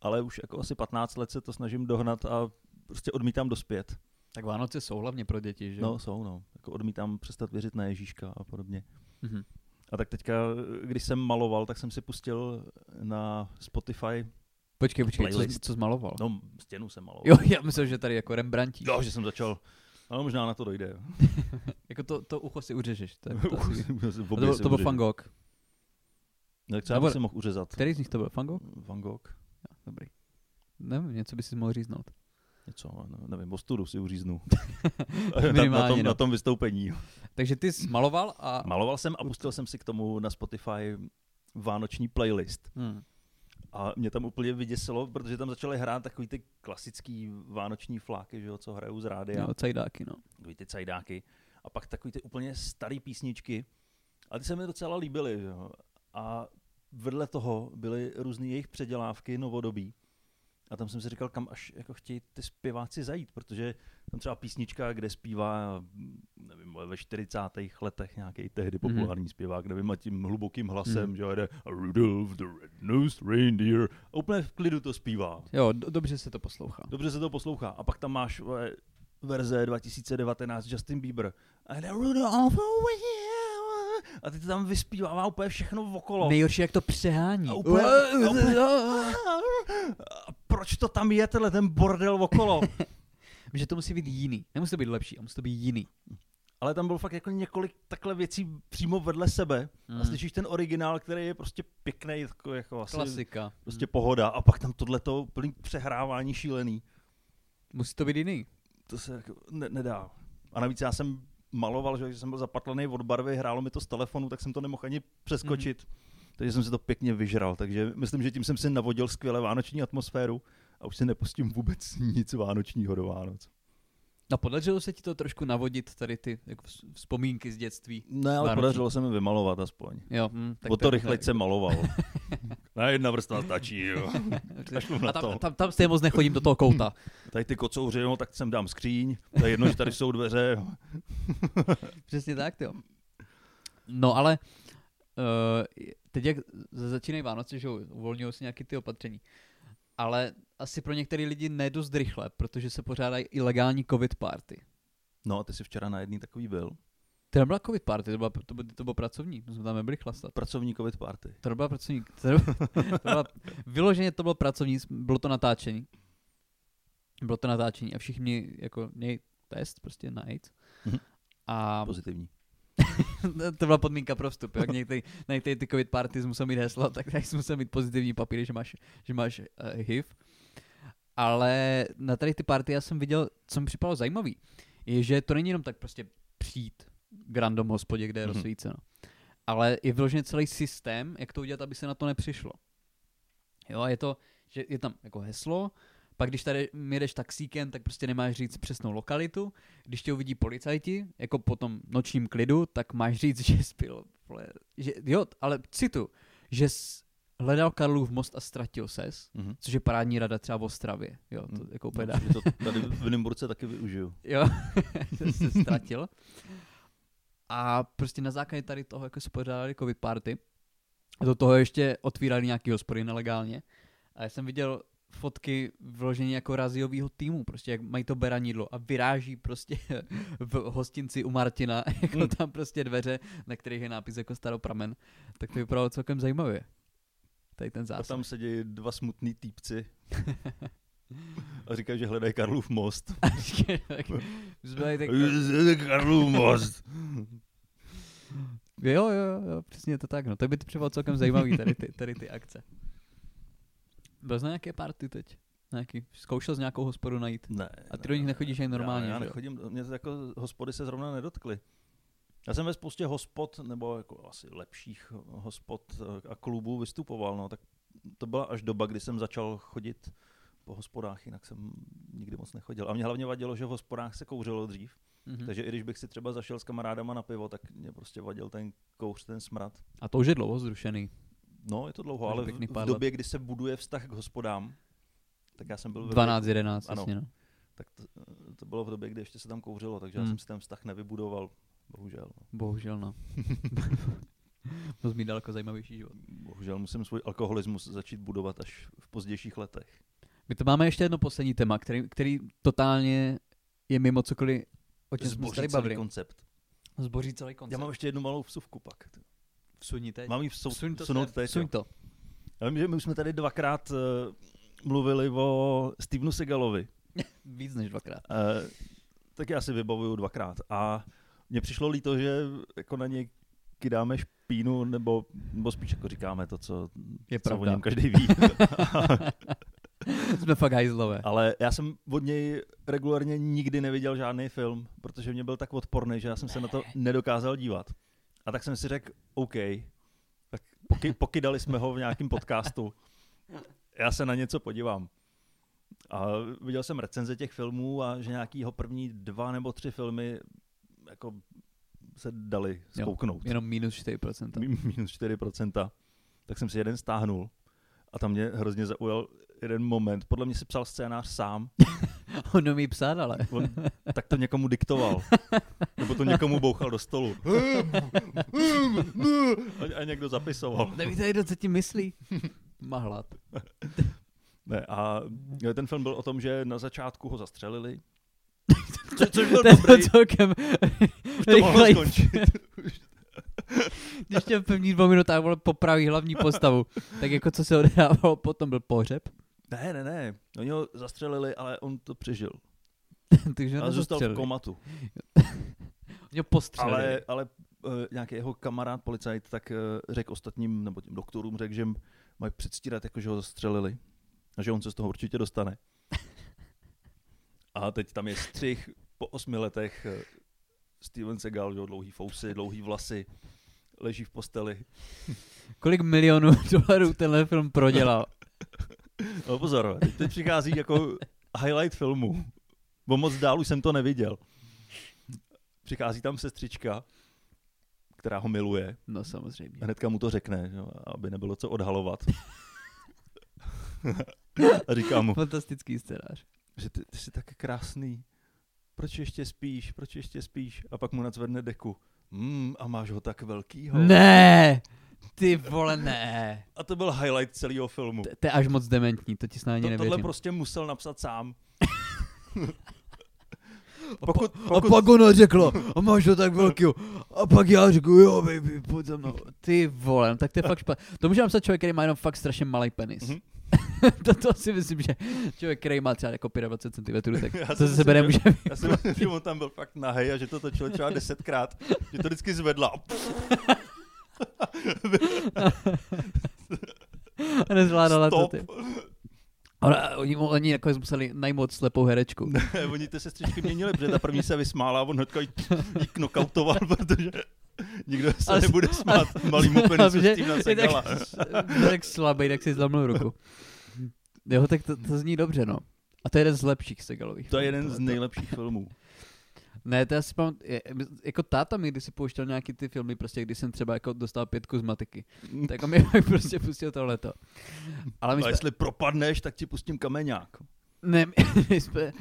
S1: ale už jako asi 15 let se to snažím dohnat a prostě odmítám dospět.
S2: Tak Vánoce jsou hlavně pro děti, že? jo?
S1: No, jsou, no. Jako odmítám přestat věřit na Ježíška a podobně.
S2: Mhm.
S1: A tak teďka, když jsem maloval, tak jsem si pustil na Spotify,
S2: Počkej, počkej, co,
S1: Playlist.
S2: jsi- co jsi maloval?
S1: no stěnu jsem maloval.
S2: Jo, já myslel, že tady jako Rembrandtí.
S1: jo že jsem začal, ale možná na to dojde. jo.
S2: Jako to, to ucho si uřežeš. Tak to,
S1: Uch,
S2: asi...
S1: vůbec
S2: A to, byl-
S1: si
S2: to byl
S1: udržím.
S2: Van Gogh.
S1: No, třeba bych
S2: Nebo-
S1: se mohl uřezat.
S2: Který z nich to byl? Van Gogh?
S1: Van Gogh?
S2: Dobrý. Nevím, něco by si mohl říznout.
S1: Něco, ale ne- nevím, ostudu si uříznu. na, na,
S2: Minimálně,
S1: tom,
S2: no.
S1: na tom vystoupení.
S2: Takže ty jsi maloval a...
S1: Maloval jsem a pustil jsem si k tomu na Spotify vánoční playlist.
S2: Hmm.
S1: A mě tam úplně vyděsilo, protože tam začaly hrát takový ty klasický vánoční fláky, že jo, co hrajou z rádia,
S2: Jo, cajdáky, no.
S1: takový ty cajdáky. A pak takový ty úplně starý písničky. A ty se mi docela líbily, že jo. A vedle toho byly různé jejich předělávky novodobí. A tam jsem si říkal, kam až jako chtějí ty zpěváci zajít, protože tam třeba písnička, kde zpívá, mm, nevím, vole, ve 40. letech nějaký tehdy populární mm-hmm. zpěvák, nevím, a tím hlubokým hlasem,
S2: Mhm.
S1: mm-hmm. že jo, jede "A Rudolph the Red-Nosed Reindeer. A úplně v klidu to zpívá.
S2: Jo, do, dobře se to poslouchá.
S1: Dobře se to poslouchá. A pak tam máš vole, verze 2019 Justin Bieber. And I Rudolph, oh yeah. A ty to tam vyspívává úplně všechno okolo.
S2: Nejhorší, jak to přehání.
S1: A úplně- a A proč to tam je, tenhle ten bordel okolo?
S2: Že to musí být jiný. Nemusí to být lepší, a musí to být jiný.
S1: Ale tam bylo fakt jako několik takhle věcí přímo vedle sebe. Mm.
S2: Mm.
S1: A slyšíš ten originál, který je prostě pěkný, jako, jako asi
S2: Klasika.
S1: prostě pohoda. A pak tam tohleto plný přehrávání šílený.
S2: Hmm. Musí to být jiný.
S1: To se jako ne- nedá. A navíc já jsem maloval, že že jsem byl zapatlený od barvy, hrálo mi to z telefonu, tak jsem to nemohl ani přeskočit. Mm-hmm. Takže jsem se to pěkně vyžral. Takže myslím, že tím jsem si navodil skvěle vánoční atmosféru a už si nepustím vůbec nic vánočního do Vánoc.
S2: No podařilo se ti to trošku navodit tady ty jako vz- vzpomínky z dětství.
S1: Ne, ale
S2: Vánoční.
S1: podařilo se mi vymalovat aspoň.
S2: Jo, hm,
S1: Tak o to rychleji
S2: rychle.
S1: jsem maloval. Na jedna vrstva stačí, jo. Kašlu na
S2: A tam,
S1: to.
S2: tam, tam stejně moc nechodím do toho kouta.
S1: Tady ty kocouři, no, tak sem dám skříň. To je jedno, že tady jsou dveře. jo.
S2: Přesně tak, jo. No ale uh, teď jak za- začínají Vánoce, že jo, uvolňují se nějaké ty opatření. Ale asi pro některé lidi ne dost rychle, protože se pořádají ilegální covid party.
S1: No a ty jsi včera na jedný takový byl.
S2: To nebyla covid party, to, byla, to, bylo, to bylo pracovní, my jsme tam nebyli chlastat.
S1: Pracovní covid party.
S2: To nebyla pracovní, to nebyla, to byla, vyloženě to bylo pracovní, bylo to natáčení. Bylo to natáčení a všichni jako měli test prostě na AIDS.
S1: Mhm.
S2: A
S1: Pozitivní.
S2: to byla podmínka pro vstup, jak některý, na některý ty covid party jsi musel mít heslo, tak, tak jsi musel mít pozitivní papíry, že máš, že máš uh, HIV. Ale na tady ty party já jsem viděl, co mi připadalo zajímavý, je, že to není jenom tak prostě přijít k random hospodě, kde je
S1: Mhm.
S2: rozsvíceno. Ale je vyloženě celý systém, jak to udělat, aby se na to nepřišlo. Jo, a je to, že je tam jako heslo, pak když tady mi jedeš taxíkem, tak prostě nemáš říct přesnou lokalitu. Když tě uvidí policajti, jako po tom nočním klidu, tak máš říct, že jsi byl, vole, že, jo, ale citu, že jsi hledal Karlův most a ztratil ses,
S1: Mhm.
S2: což je parádní rada třeba v Ostravě, jo, to
S1: Hmm.
S2: jako úplně dá.
S1: No, určitě to tady v Nymburce taky využiju.
S2: Jo, jsem se ztratil. A prostě na základě tady toho, jako se pořádali covid party, do toho ještě otvírali nějaký hospody nelegálně. A já jsem viděl fotky vložení jako raziového týmu, prostě jak mají to beranidlo a vyráží prostě v hostinci u Martina, jako
S1: Hmm.
S2: tam prostě dveře, na kterých je nápis jako staropramen, tak to vypadalo celkem zajímavě. Tady ten
S1: A
S2: zásah.
S1: tam sedí dva smutní týpci. A říkají, že hledají Karlův most.
S2: Tak jsme byli tak-
S1: Karlův most.
S2: Jo, jo, jo, jo, přesně to tak. No, to by to připadalo celkem zajímavý, tady ty, tady ty akce. Byl jsi na nějaké party teď? Nějaký, zkoušel jsi nějakou hospodu najít?
S1: Ne,
S2: A ty do nich
S1: ne,
S2: nechodíš ani
S1: ne.
S2: normálně,
S1: Já, já
S2: že jo?
S1: nechodím, mě to jako hospody se zrovna nedotkly. Já jsem ve spoustě hospod, nebo jako asi lepších hospod eh, a klubů vystupoval, no, tak to byla až doba, kdy jsem začal chodit po hospodách, jinak jsem nikdy moc nechodil. A mě hlavně vadilo, že v hospodách se kouřilo dřív,
S2: Mhm.
S1: takže i když bych si třeba zašel s kamarádama na pivo, tak mě prostě vadil ten kouř, ten smrad.
S2: A to už je dlouho zrušený.
S1: No, je to dlouho,
S2: Takže
S1: ale v,
S2: pěkných
S1: v
S2: pár
S1: době, kdy se buduje vztah k hospodám, tak já jsem byl... ve
S2: 12, 11,
S1: Ano.
S2: jasně. No.
S1: Tak to, to bylo v době, kdy ještě se tam kouřilo, takže já
S2: Hmm.
S1: jsem si ten vztah nevybudoval, bohužel. no.
S2: Bohužel no. Moc mít daleko zajímavější život.
S1: Bohužel musím svůj alkoholismus začít budovat až v pozdějších letech.
S2: My to máme ještě jedno poslední téma, který, který totálně je mimo cokoliv, o čem jsme se
S1: Zbořit
S2: tady
S1: celý
S2: bavili.
S1: koncept.
S2: Zboří celý koncept.
S1: Já mám ještě jednu malou vsuvku pak.
S2: Vsuní teď.
S1: Mám ji vsou,
S2: Vsuň to
S1: vsunout
S2: sem.
S1: teď.
S2: Vsuň
S1: jo?
S2: to.
S1: Já vím, že my už jsme tady dvakrát uh, mluvili o Stevenu Segalovi.
S2: Víc než dvakrát.
S1: Uh, tak já si vybavuju dvakrát. A mně přišlo líto, že jako na něj kydáme špínu, nebo, nebo spíš jako říkáme to, co,
S2: Je
S1: co o
S2: pravda.
S1: něm každý ví.
S2: Jsme fakt hajzlové.
S1: Ale já jsem od něj regulárně nikdy neviděl žádný film, protože mě byl tak odporný, že já jsem se na to nedokázal dívat. A tak jsem si řekl, OK, tak poky, pokydali jsme ho v nějakém podcastu, já se na něco podívám. A viděl jsem recenze těch filmů a že nějaký jeho první dva nebo tři filmy jako se dali
S2: Jo,
S1: zkouknout.
S2: Jenom minus 4%.
S1: Mi- minus 4%, tak jsem si jeden stáhnul a tam mě hrozně zaujal jeden moment. Podle mě si psal scénář sám,
S2: On umí psát, ale.
S1: on, tak to někomu diktoval. Nebo to někomu bouchal do stolu. A, a někdo zapisoval.
S2: Nevíte, kdo co ti myslí? Má hlad.
S1: Ne, a ten film byl o tom, že na začátku ho zastřelili.
S2: Co,
S1: což byl
S2: to je
S1: dobrý.
S2: to celkem
S1: To mohlo
S2: rychlej
S1: skončit.
S2: Když tě v prvních dvou minutách vole, popraví hlavní postavu, tak jako co se odehrávalo potom byl pohřeb,
S1: Ne, ne, ne. Oni ho zastřelili, ale on to přežil.
S2: takže
S1: A
S2: on
S1: zůstal v
S2: zůstal
S1: komatu.
S2: Mě postřelili.
S1: Ale, ale eh, nějaký jeho kamarád, policajt, tak eh, řekl ostatním, nebo těm doktorům, řekl, že m- mají předstírat, jako že ho zastřelili. A že on se z toho určitě dostane. A teď tam je střih po osmi letech eh, Steven Segal, že jo, dlouhý fousy, dlouhý vlasy, leží v posteli.
S2: Kolik milionů dolarů tenhle film prodělal?
S1: No pozor, teď, teď přichází jako highlight filmu. Bo moc dál už jsem to neviděl. Přichází tam sestřička, která ho miluje.
S2: No samozřejmě.
S1: Hnedka mu to řekne, že jo, aby nebylo co odhalovat. A říká mu,
S2: Fantastický scénář.
S1: že ty, ty jsi tak krásný, proč ještě spíš, proč ještě spíš? A pak mu nadzvedne deku. Mm, a máš ho tak velkýho.
S2: Ne! Ty vole, ne.
S1: A to byl highlight celého filmu.
S2: To- To je až moc dementní, to ti snad ani
S1: To, tohle
S2: nevěřím.
S1: prostě musel napsat sám.
S2: pokud,
S1: pokud-
S2: a
S1: pokud-
S2: pak ono řeklo, a máš to tak velký, a pak já řekl, jo baby, pojď za mnou. Ty vole, no tak to je fakt špatný. To může napsat člověk, který má jenom fakt strašně malý penis.
S1: Mhm.
S2: to, to, si myslím, že člověk, který má třeba jako 25 cm, tak
S1: Já si
S2: to ze
S1: myslím,
S2: sebe
S1: že-
S2: nemůže
S1: Já si myslím, že on tam byl fakt nahej a že to točil třeba desetkrát, že to vždycky zvedla.
S2: a nezvládala
S1: Stop.
S2: to ty. Ale oni, oni jako museli najmout slepou herečku.
S1: Ne, oni ty sestřičky měnili, protože ta první se vysmála a on hnedka jí jí knockoutoval, protože nikdo se
S2: Ale-
S1: ale, nebude smát malýmu penisu
S2: Protože
S1: s tím
S2: je tak,
S1: nasegala.
S2: je tak slabý, tak si zlomil ruku. Jo, tak to, to zní dobře, no. A to je jeden z lepších Segalových.
S1: To je
S2: filmů,
S1: jeden z
S2: tohle.
S1: nejlepších filmů.
S2: Ne, to já si pamatuju, jako táta mi když si pouštěl nějaký ty filmy, prostě když jsem třeba jako dostal pětku z matiky, tak on mi pak prostě pustil tohleto. Ale my
S1: A
S2: jsme,
S1: jestli propadneš, tak ti pustím kameňák.
S2: ne, my jsme,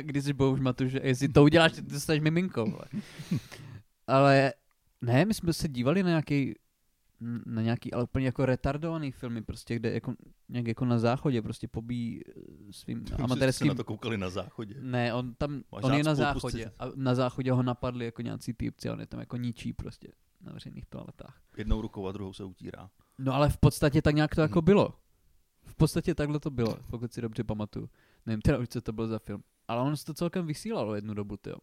S2: když jsi byl už matuš, jestli to uděláš, ty dostaneš miminkou, vole. Ale ne, my jsme se dívali na nějaký, na nějaký, ale úplně jako retardovaný filmy, prostě, kde jako, nějak jako na záchodě prostě pobíjí eh, svým
S1: Amatérský...
S2: amatérským
S1: na to koukali na záchodě.
S2: Ne, on tam,
S1: Máš
S2: on je
S1: rád
S2: na
S1: spolu pustit.
S2: záchodě a na záchodě ho napadli jako nějací týpci a on je tam jako ničí prostě na veřejných toaletách.
S1: Jednou rukou a druhou se utírá.
S2: No ale v podstatě tak nějak to jako
S1: Mhm.
S2: bylo. V podstatě takhle to bylo, pokud si dobře pamatuju. Nevím teda už, co to byl za film. Ale on se to celkem vysílalo jednu dobu, tyjo.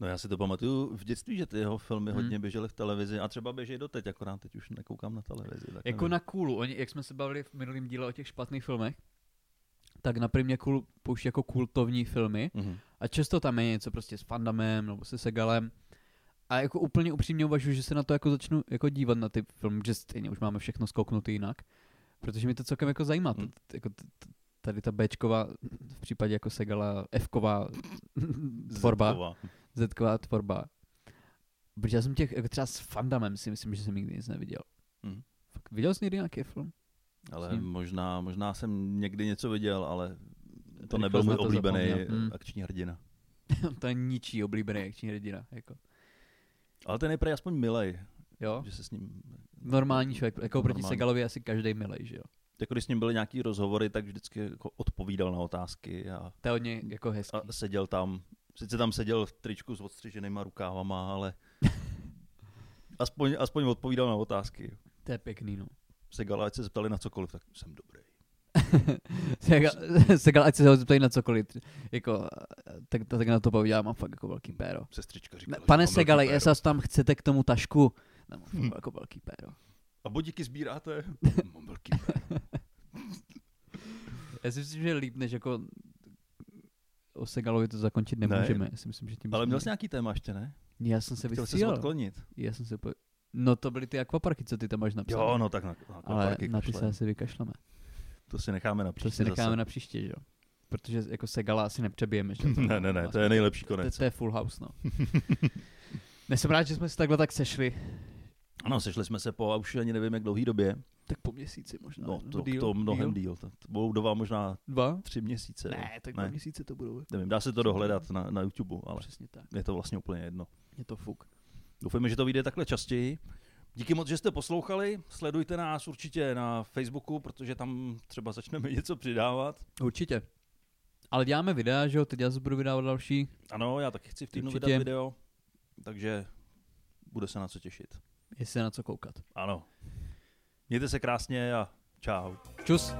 S1: No já si to pamatuju v dětství, že ty jeho filmy
S2: Hmm.
S1: hodně běžely v televizi a třeba běží doteď, akorát teď už nekoukám na televizi. Tak
S2: Jako na kůlu, oni, jak jsme se bavili v minulém díle o těch špatných filmech, tak na primě kůlu pouští jako kultovní filmy
S1: Mhm.
S2: a často tam je něco prostě s Fandamem nebo se Segalem. A jako úplně upřímně uvažuji, že se na to jako začnu jako dívat na ty filmy, že stejně už máme všechno skouknutý jinak. Protože mi to celkem jako zajímá.
S1: Hmm.
S2: Hmm. Jako t- t- tady ta Bčková, v případě jako Segala, Fková tvorba.
S1: Zetková.
S2: Zetková tvorba. Protože já jsem těch, jako třeba s Fandamem si myslím, že jsem nikdy nic neviděl.
S1: Mhm.
S2: Fakt, viděl jsi někdy nějaký film? S
S1: Ale
S2: ním.
S1: možná, možná jsem někdy něco viděl, ale to
S2: Rychle
S1: nebyl
S2: jsem
S1: můj
S2: na to
S1: oblíbený
S2: zapomněl. Mm.
S1: akční hrdina.
S2: to je ničí oblíbený akční hrdina. Jako.
S1: Ale ten je prej aspoň milej,
S2: Jo?
S1: že se s ním...
S2: Normální člověk, jako proti
S1: Normální.
S2: Segalovi je asi každý milej, že jo?
S1: Jako když s ním byly nějaký rozhovory, tak vždycky jako odpovídal na otázky a,
S2: To je hodně jako hezký.
S1: a seděl tam. Sice tam seděl v tričku s odstřiženýma rukávama, ale aspoň, aspoň odpovídal na otázky.
S2: To je pěkný, no.
S1: Segala, ať se zeptali na cokoliv, tak jsem dobrý.
S2: Segal- Segal, ať se ho zeptají na cokoliv, jako, tak, tak na to povídá, má fakt jako velký péro.
S1: Sestřička
S2: Ne,
S1: říkala, že
S2: Pane
S1: mám velký
S2: Segale,
S1: péro. Hm.
S2: jestli tam chcete k tomu tašku, tam mám fakt jako velký péro.
S1: A bodíky sbíráte? Mám velký péro.
S2: Já si myslím, že líp, než jako o Segalovi to zakončit nemůžeme.
S1: Ne.
S2: Já si myslím, že tím
S1: Ale
S2: bychom-
S1: měl jsi nějaký téma ještě, ne?
S2: Já jsem se
S1: Chtěl jsi se
S2: vystřílel.
S1: odklonit.
S2: Já jsem se po... No to byly ty akvaparky, co ty tam máš napsané.
S1: Jo, no tak na, na
S2: Ale
S1: akvaparky
S2: na ty se
S1: kašlem.
S2: asi vykašleme.
S1: To si necháme na
S2: To
S1: příště
S2: si necháme
S1: zase.
S2: na příště, že jo? Protože jako Segala asi nepřebijeme. Že?
S1: Ne, ne, ne, to je nejlepší konec.
S2: To, to je full house, no. Ne, jsem rád, že jsme se takhle tak sešli. Vlastně-
S1: Ano, No, sešli jsme se po, a už ani nevím, jak dlouhý době.
S2: Tak po měsíci možná.
S1: No,
S2: nebo
S1: to,
S2: díl,
S1: to mnohem
S2: díl.
S1: díl. To, to budou doba možná
S2: Dva?
S1: tři měsíce.
S2: Ne, tak
S1: Ne.
S2: dva měsíce to budou.
S1: Nevím, dá se to dohledat na, na YouTube, ale
S2: Přesně tak.
S1: je to vlastně úplně jedno.
S2: Je to fuk.
S1: Doufejme, že to vyjde takhle častěji. Díky moc, že jste poslouchali. Sledujte nás určitě na Facebooku, protože tam třeba začneme něco přidávat.
S2: Určitě. Ale děláme videa, že jo? Teď já zase budu vydávat další.
S1: Ano, já taky chci v týdnu
S2: Určitě.
S1: vydat video, takže bude se na co těšit.
S2: Jestli je na co koukat.
S1: Ano. Mějte se krásně a čau.
S2: Čus.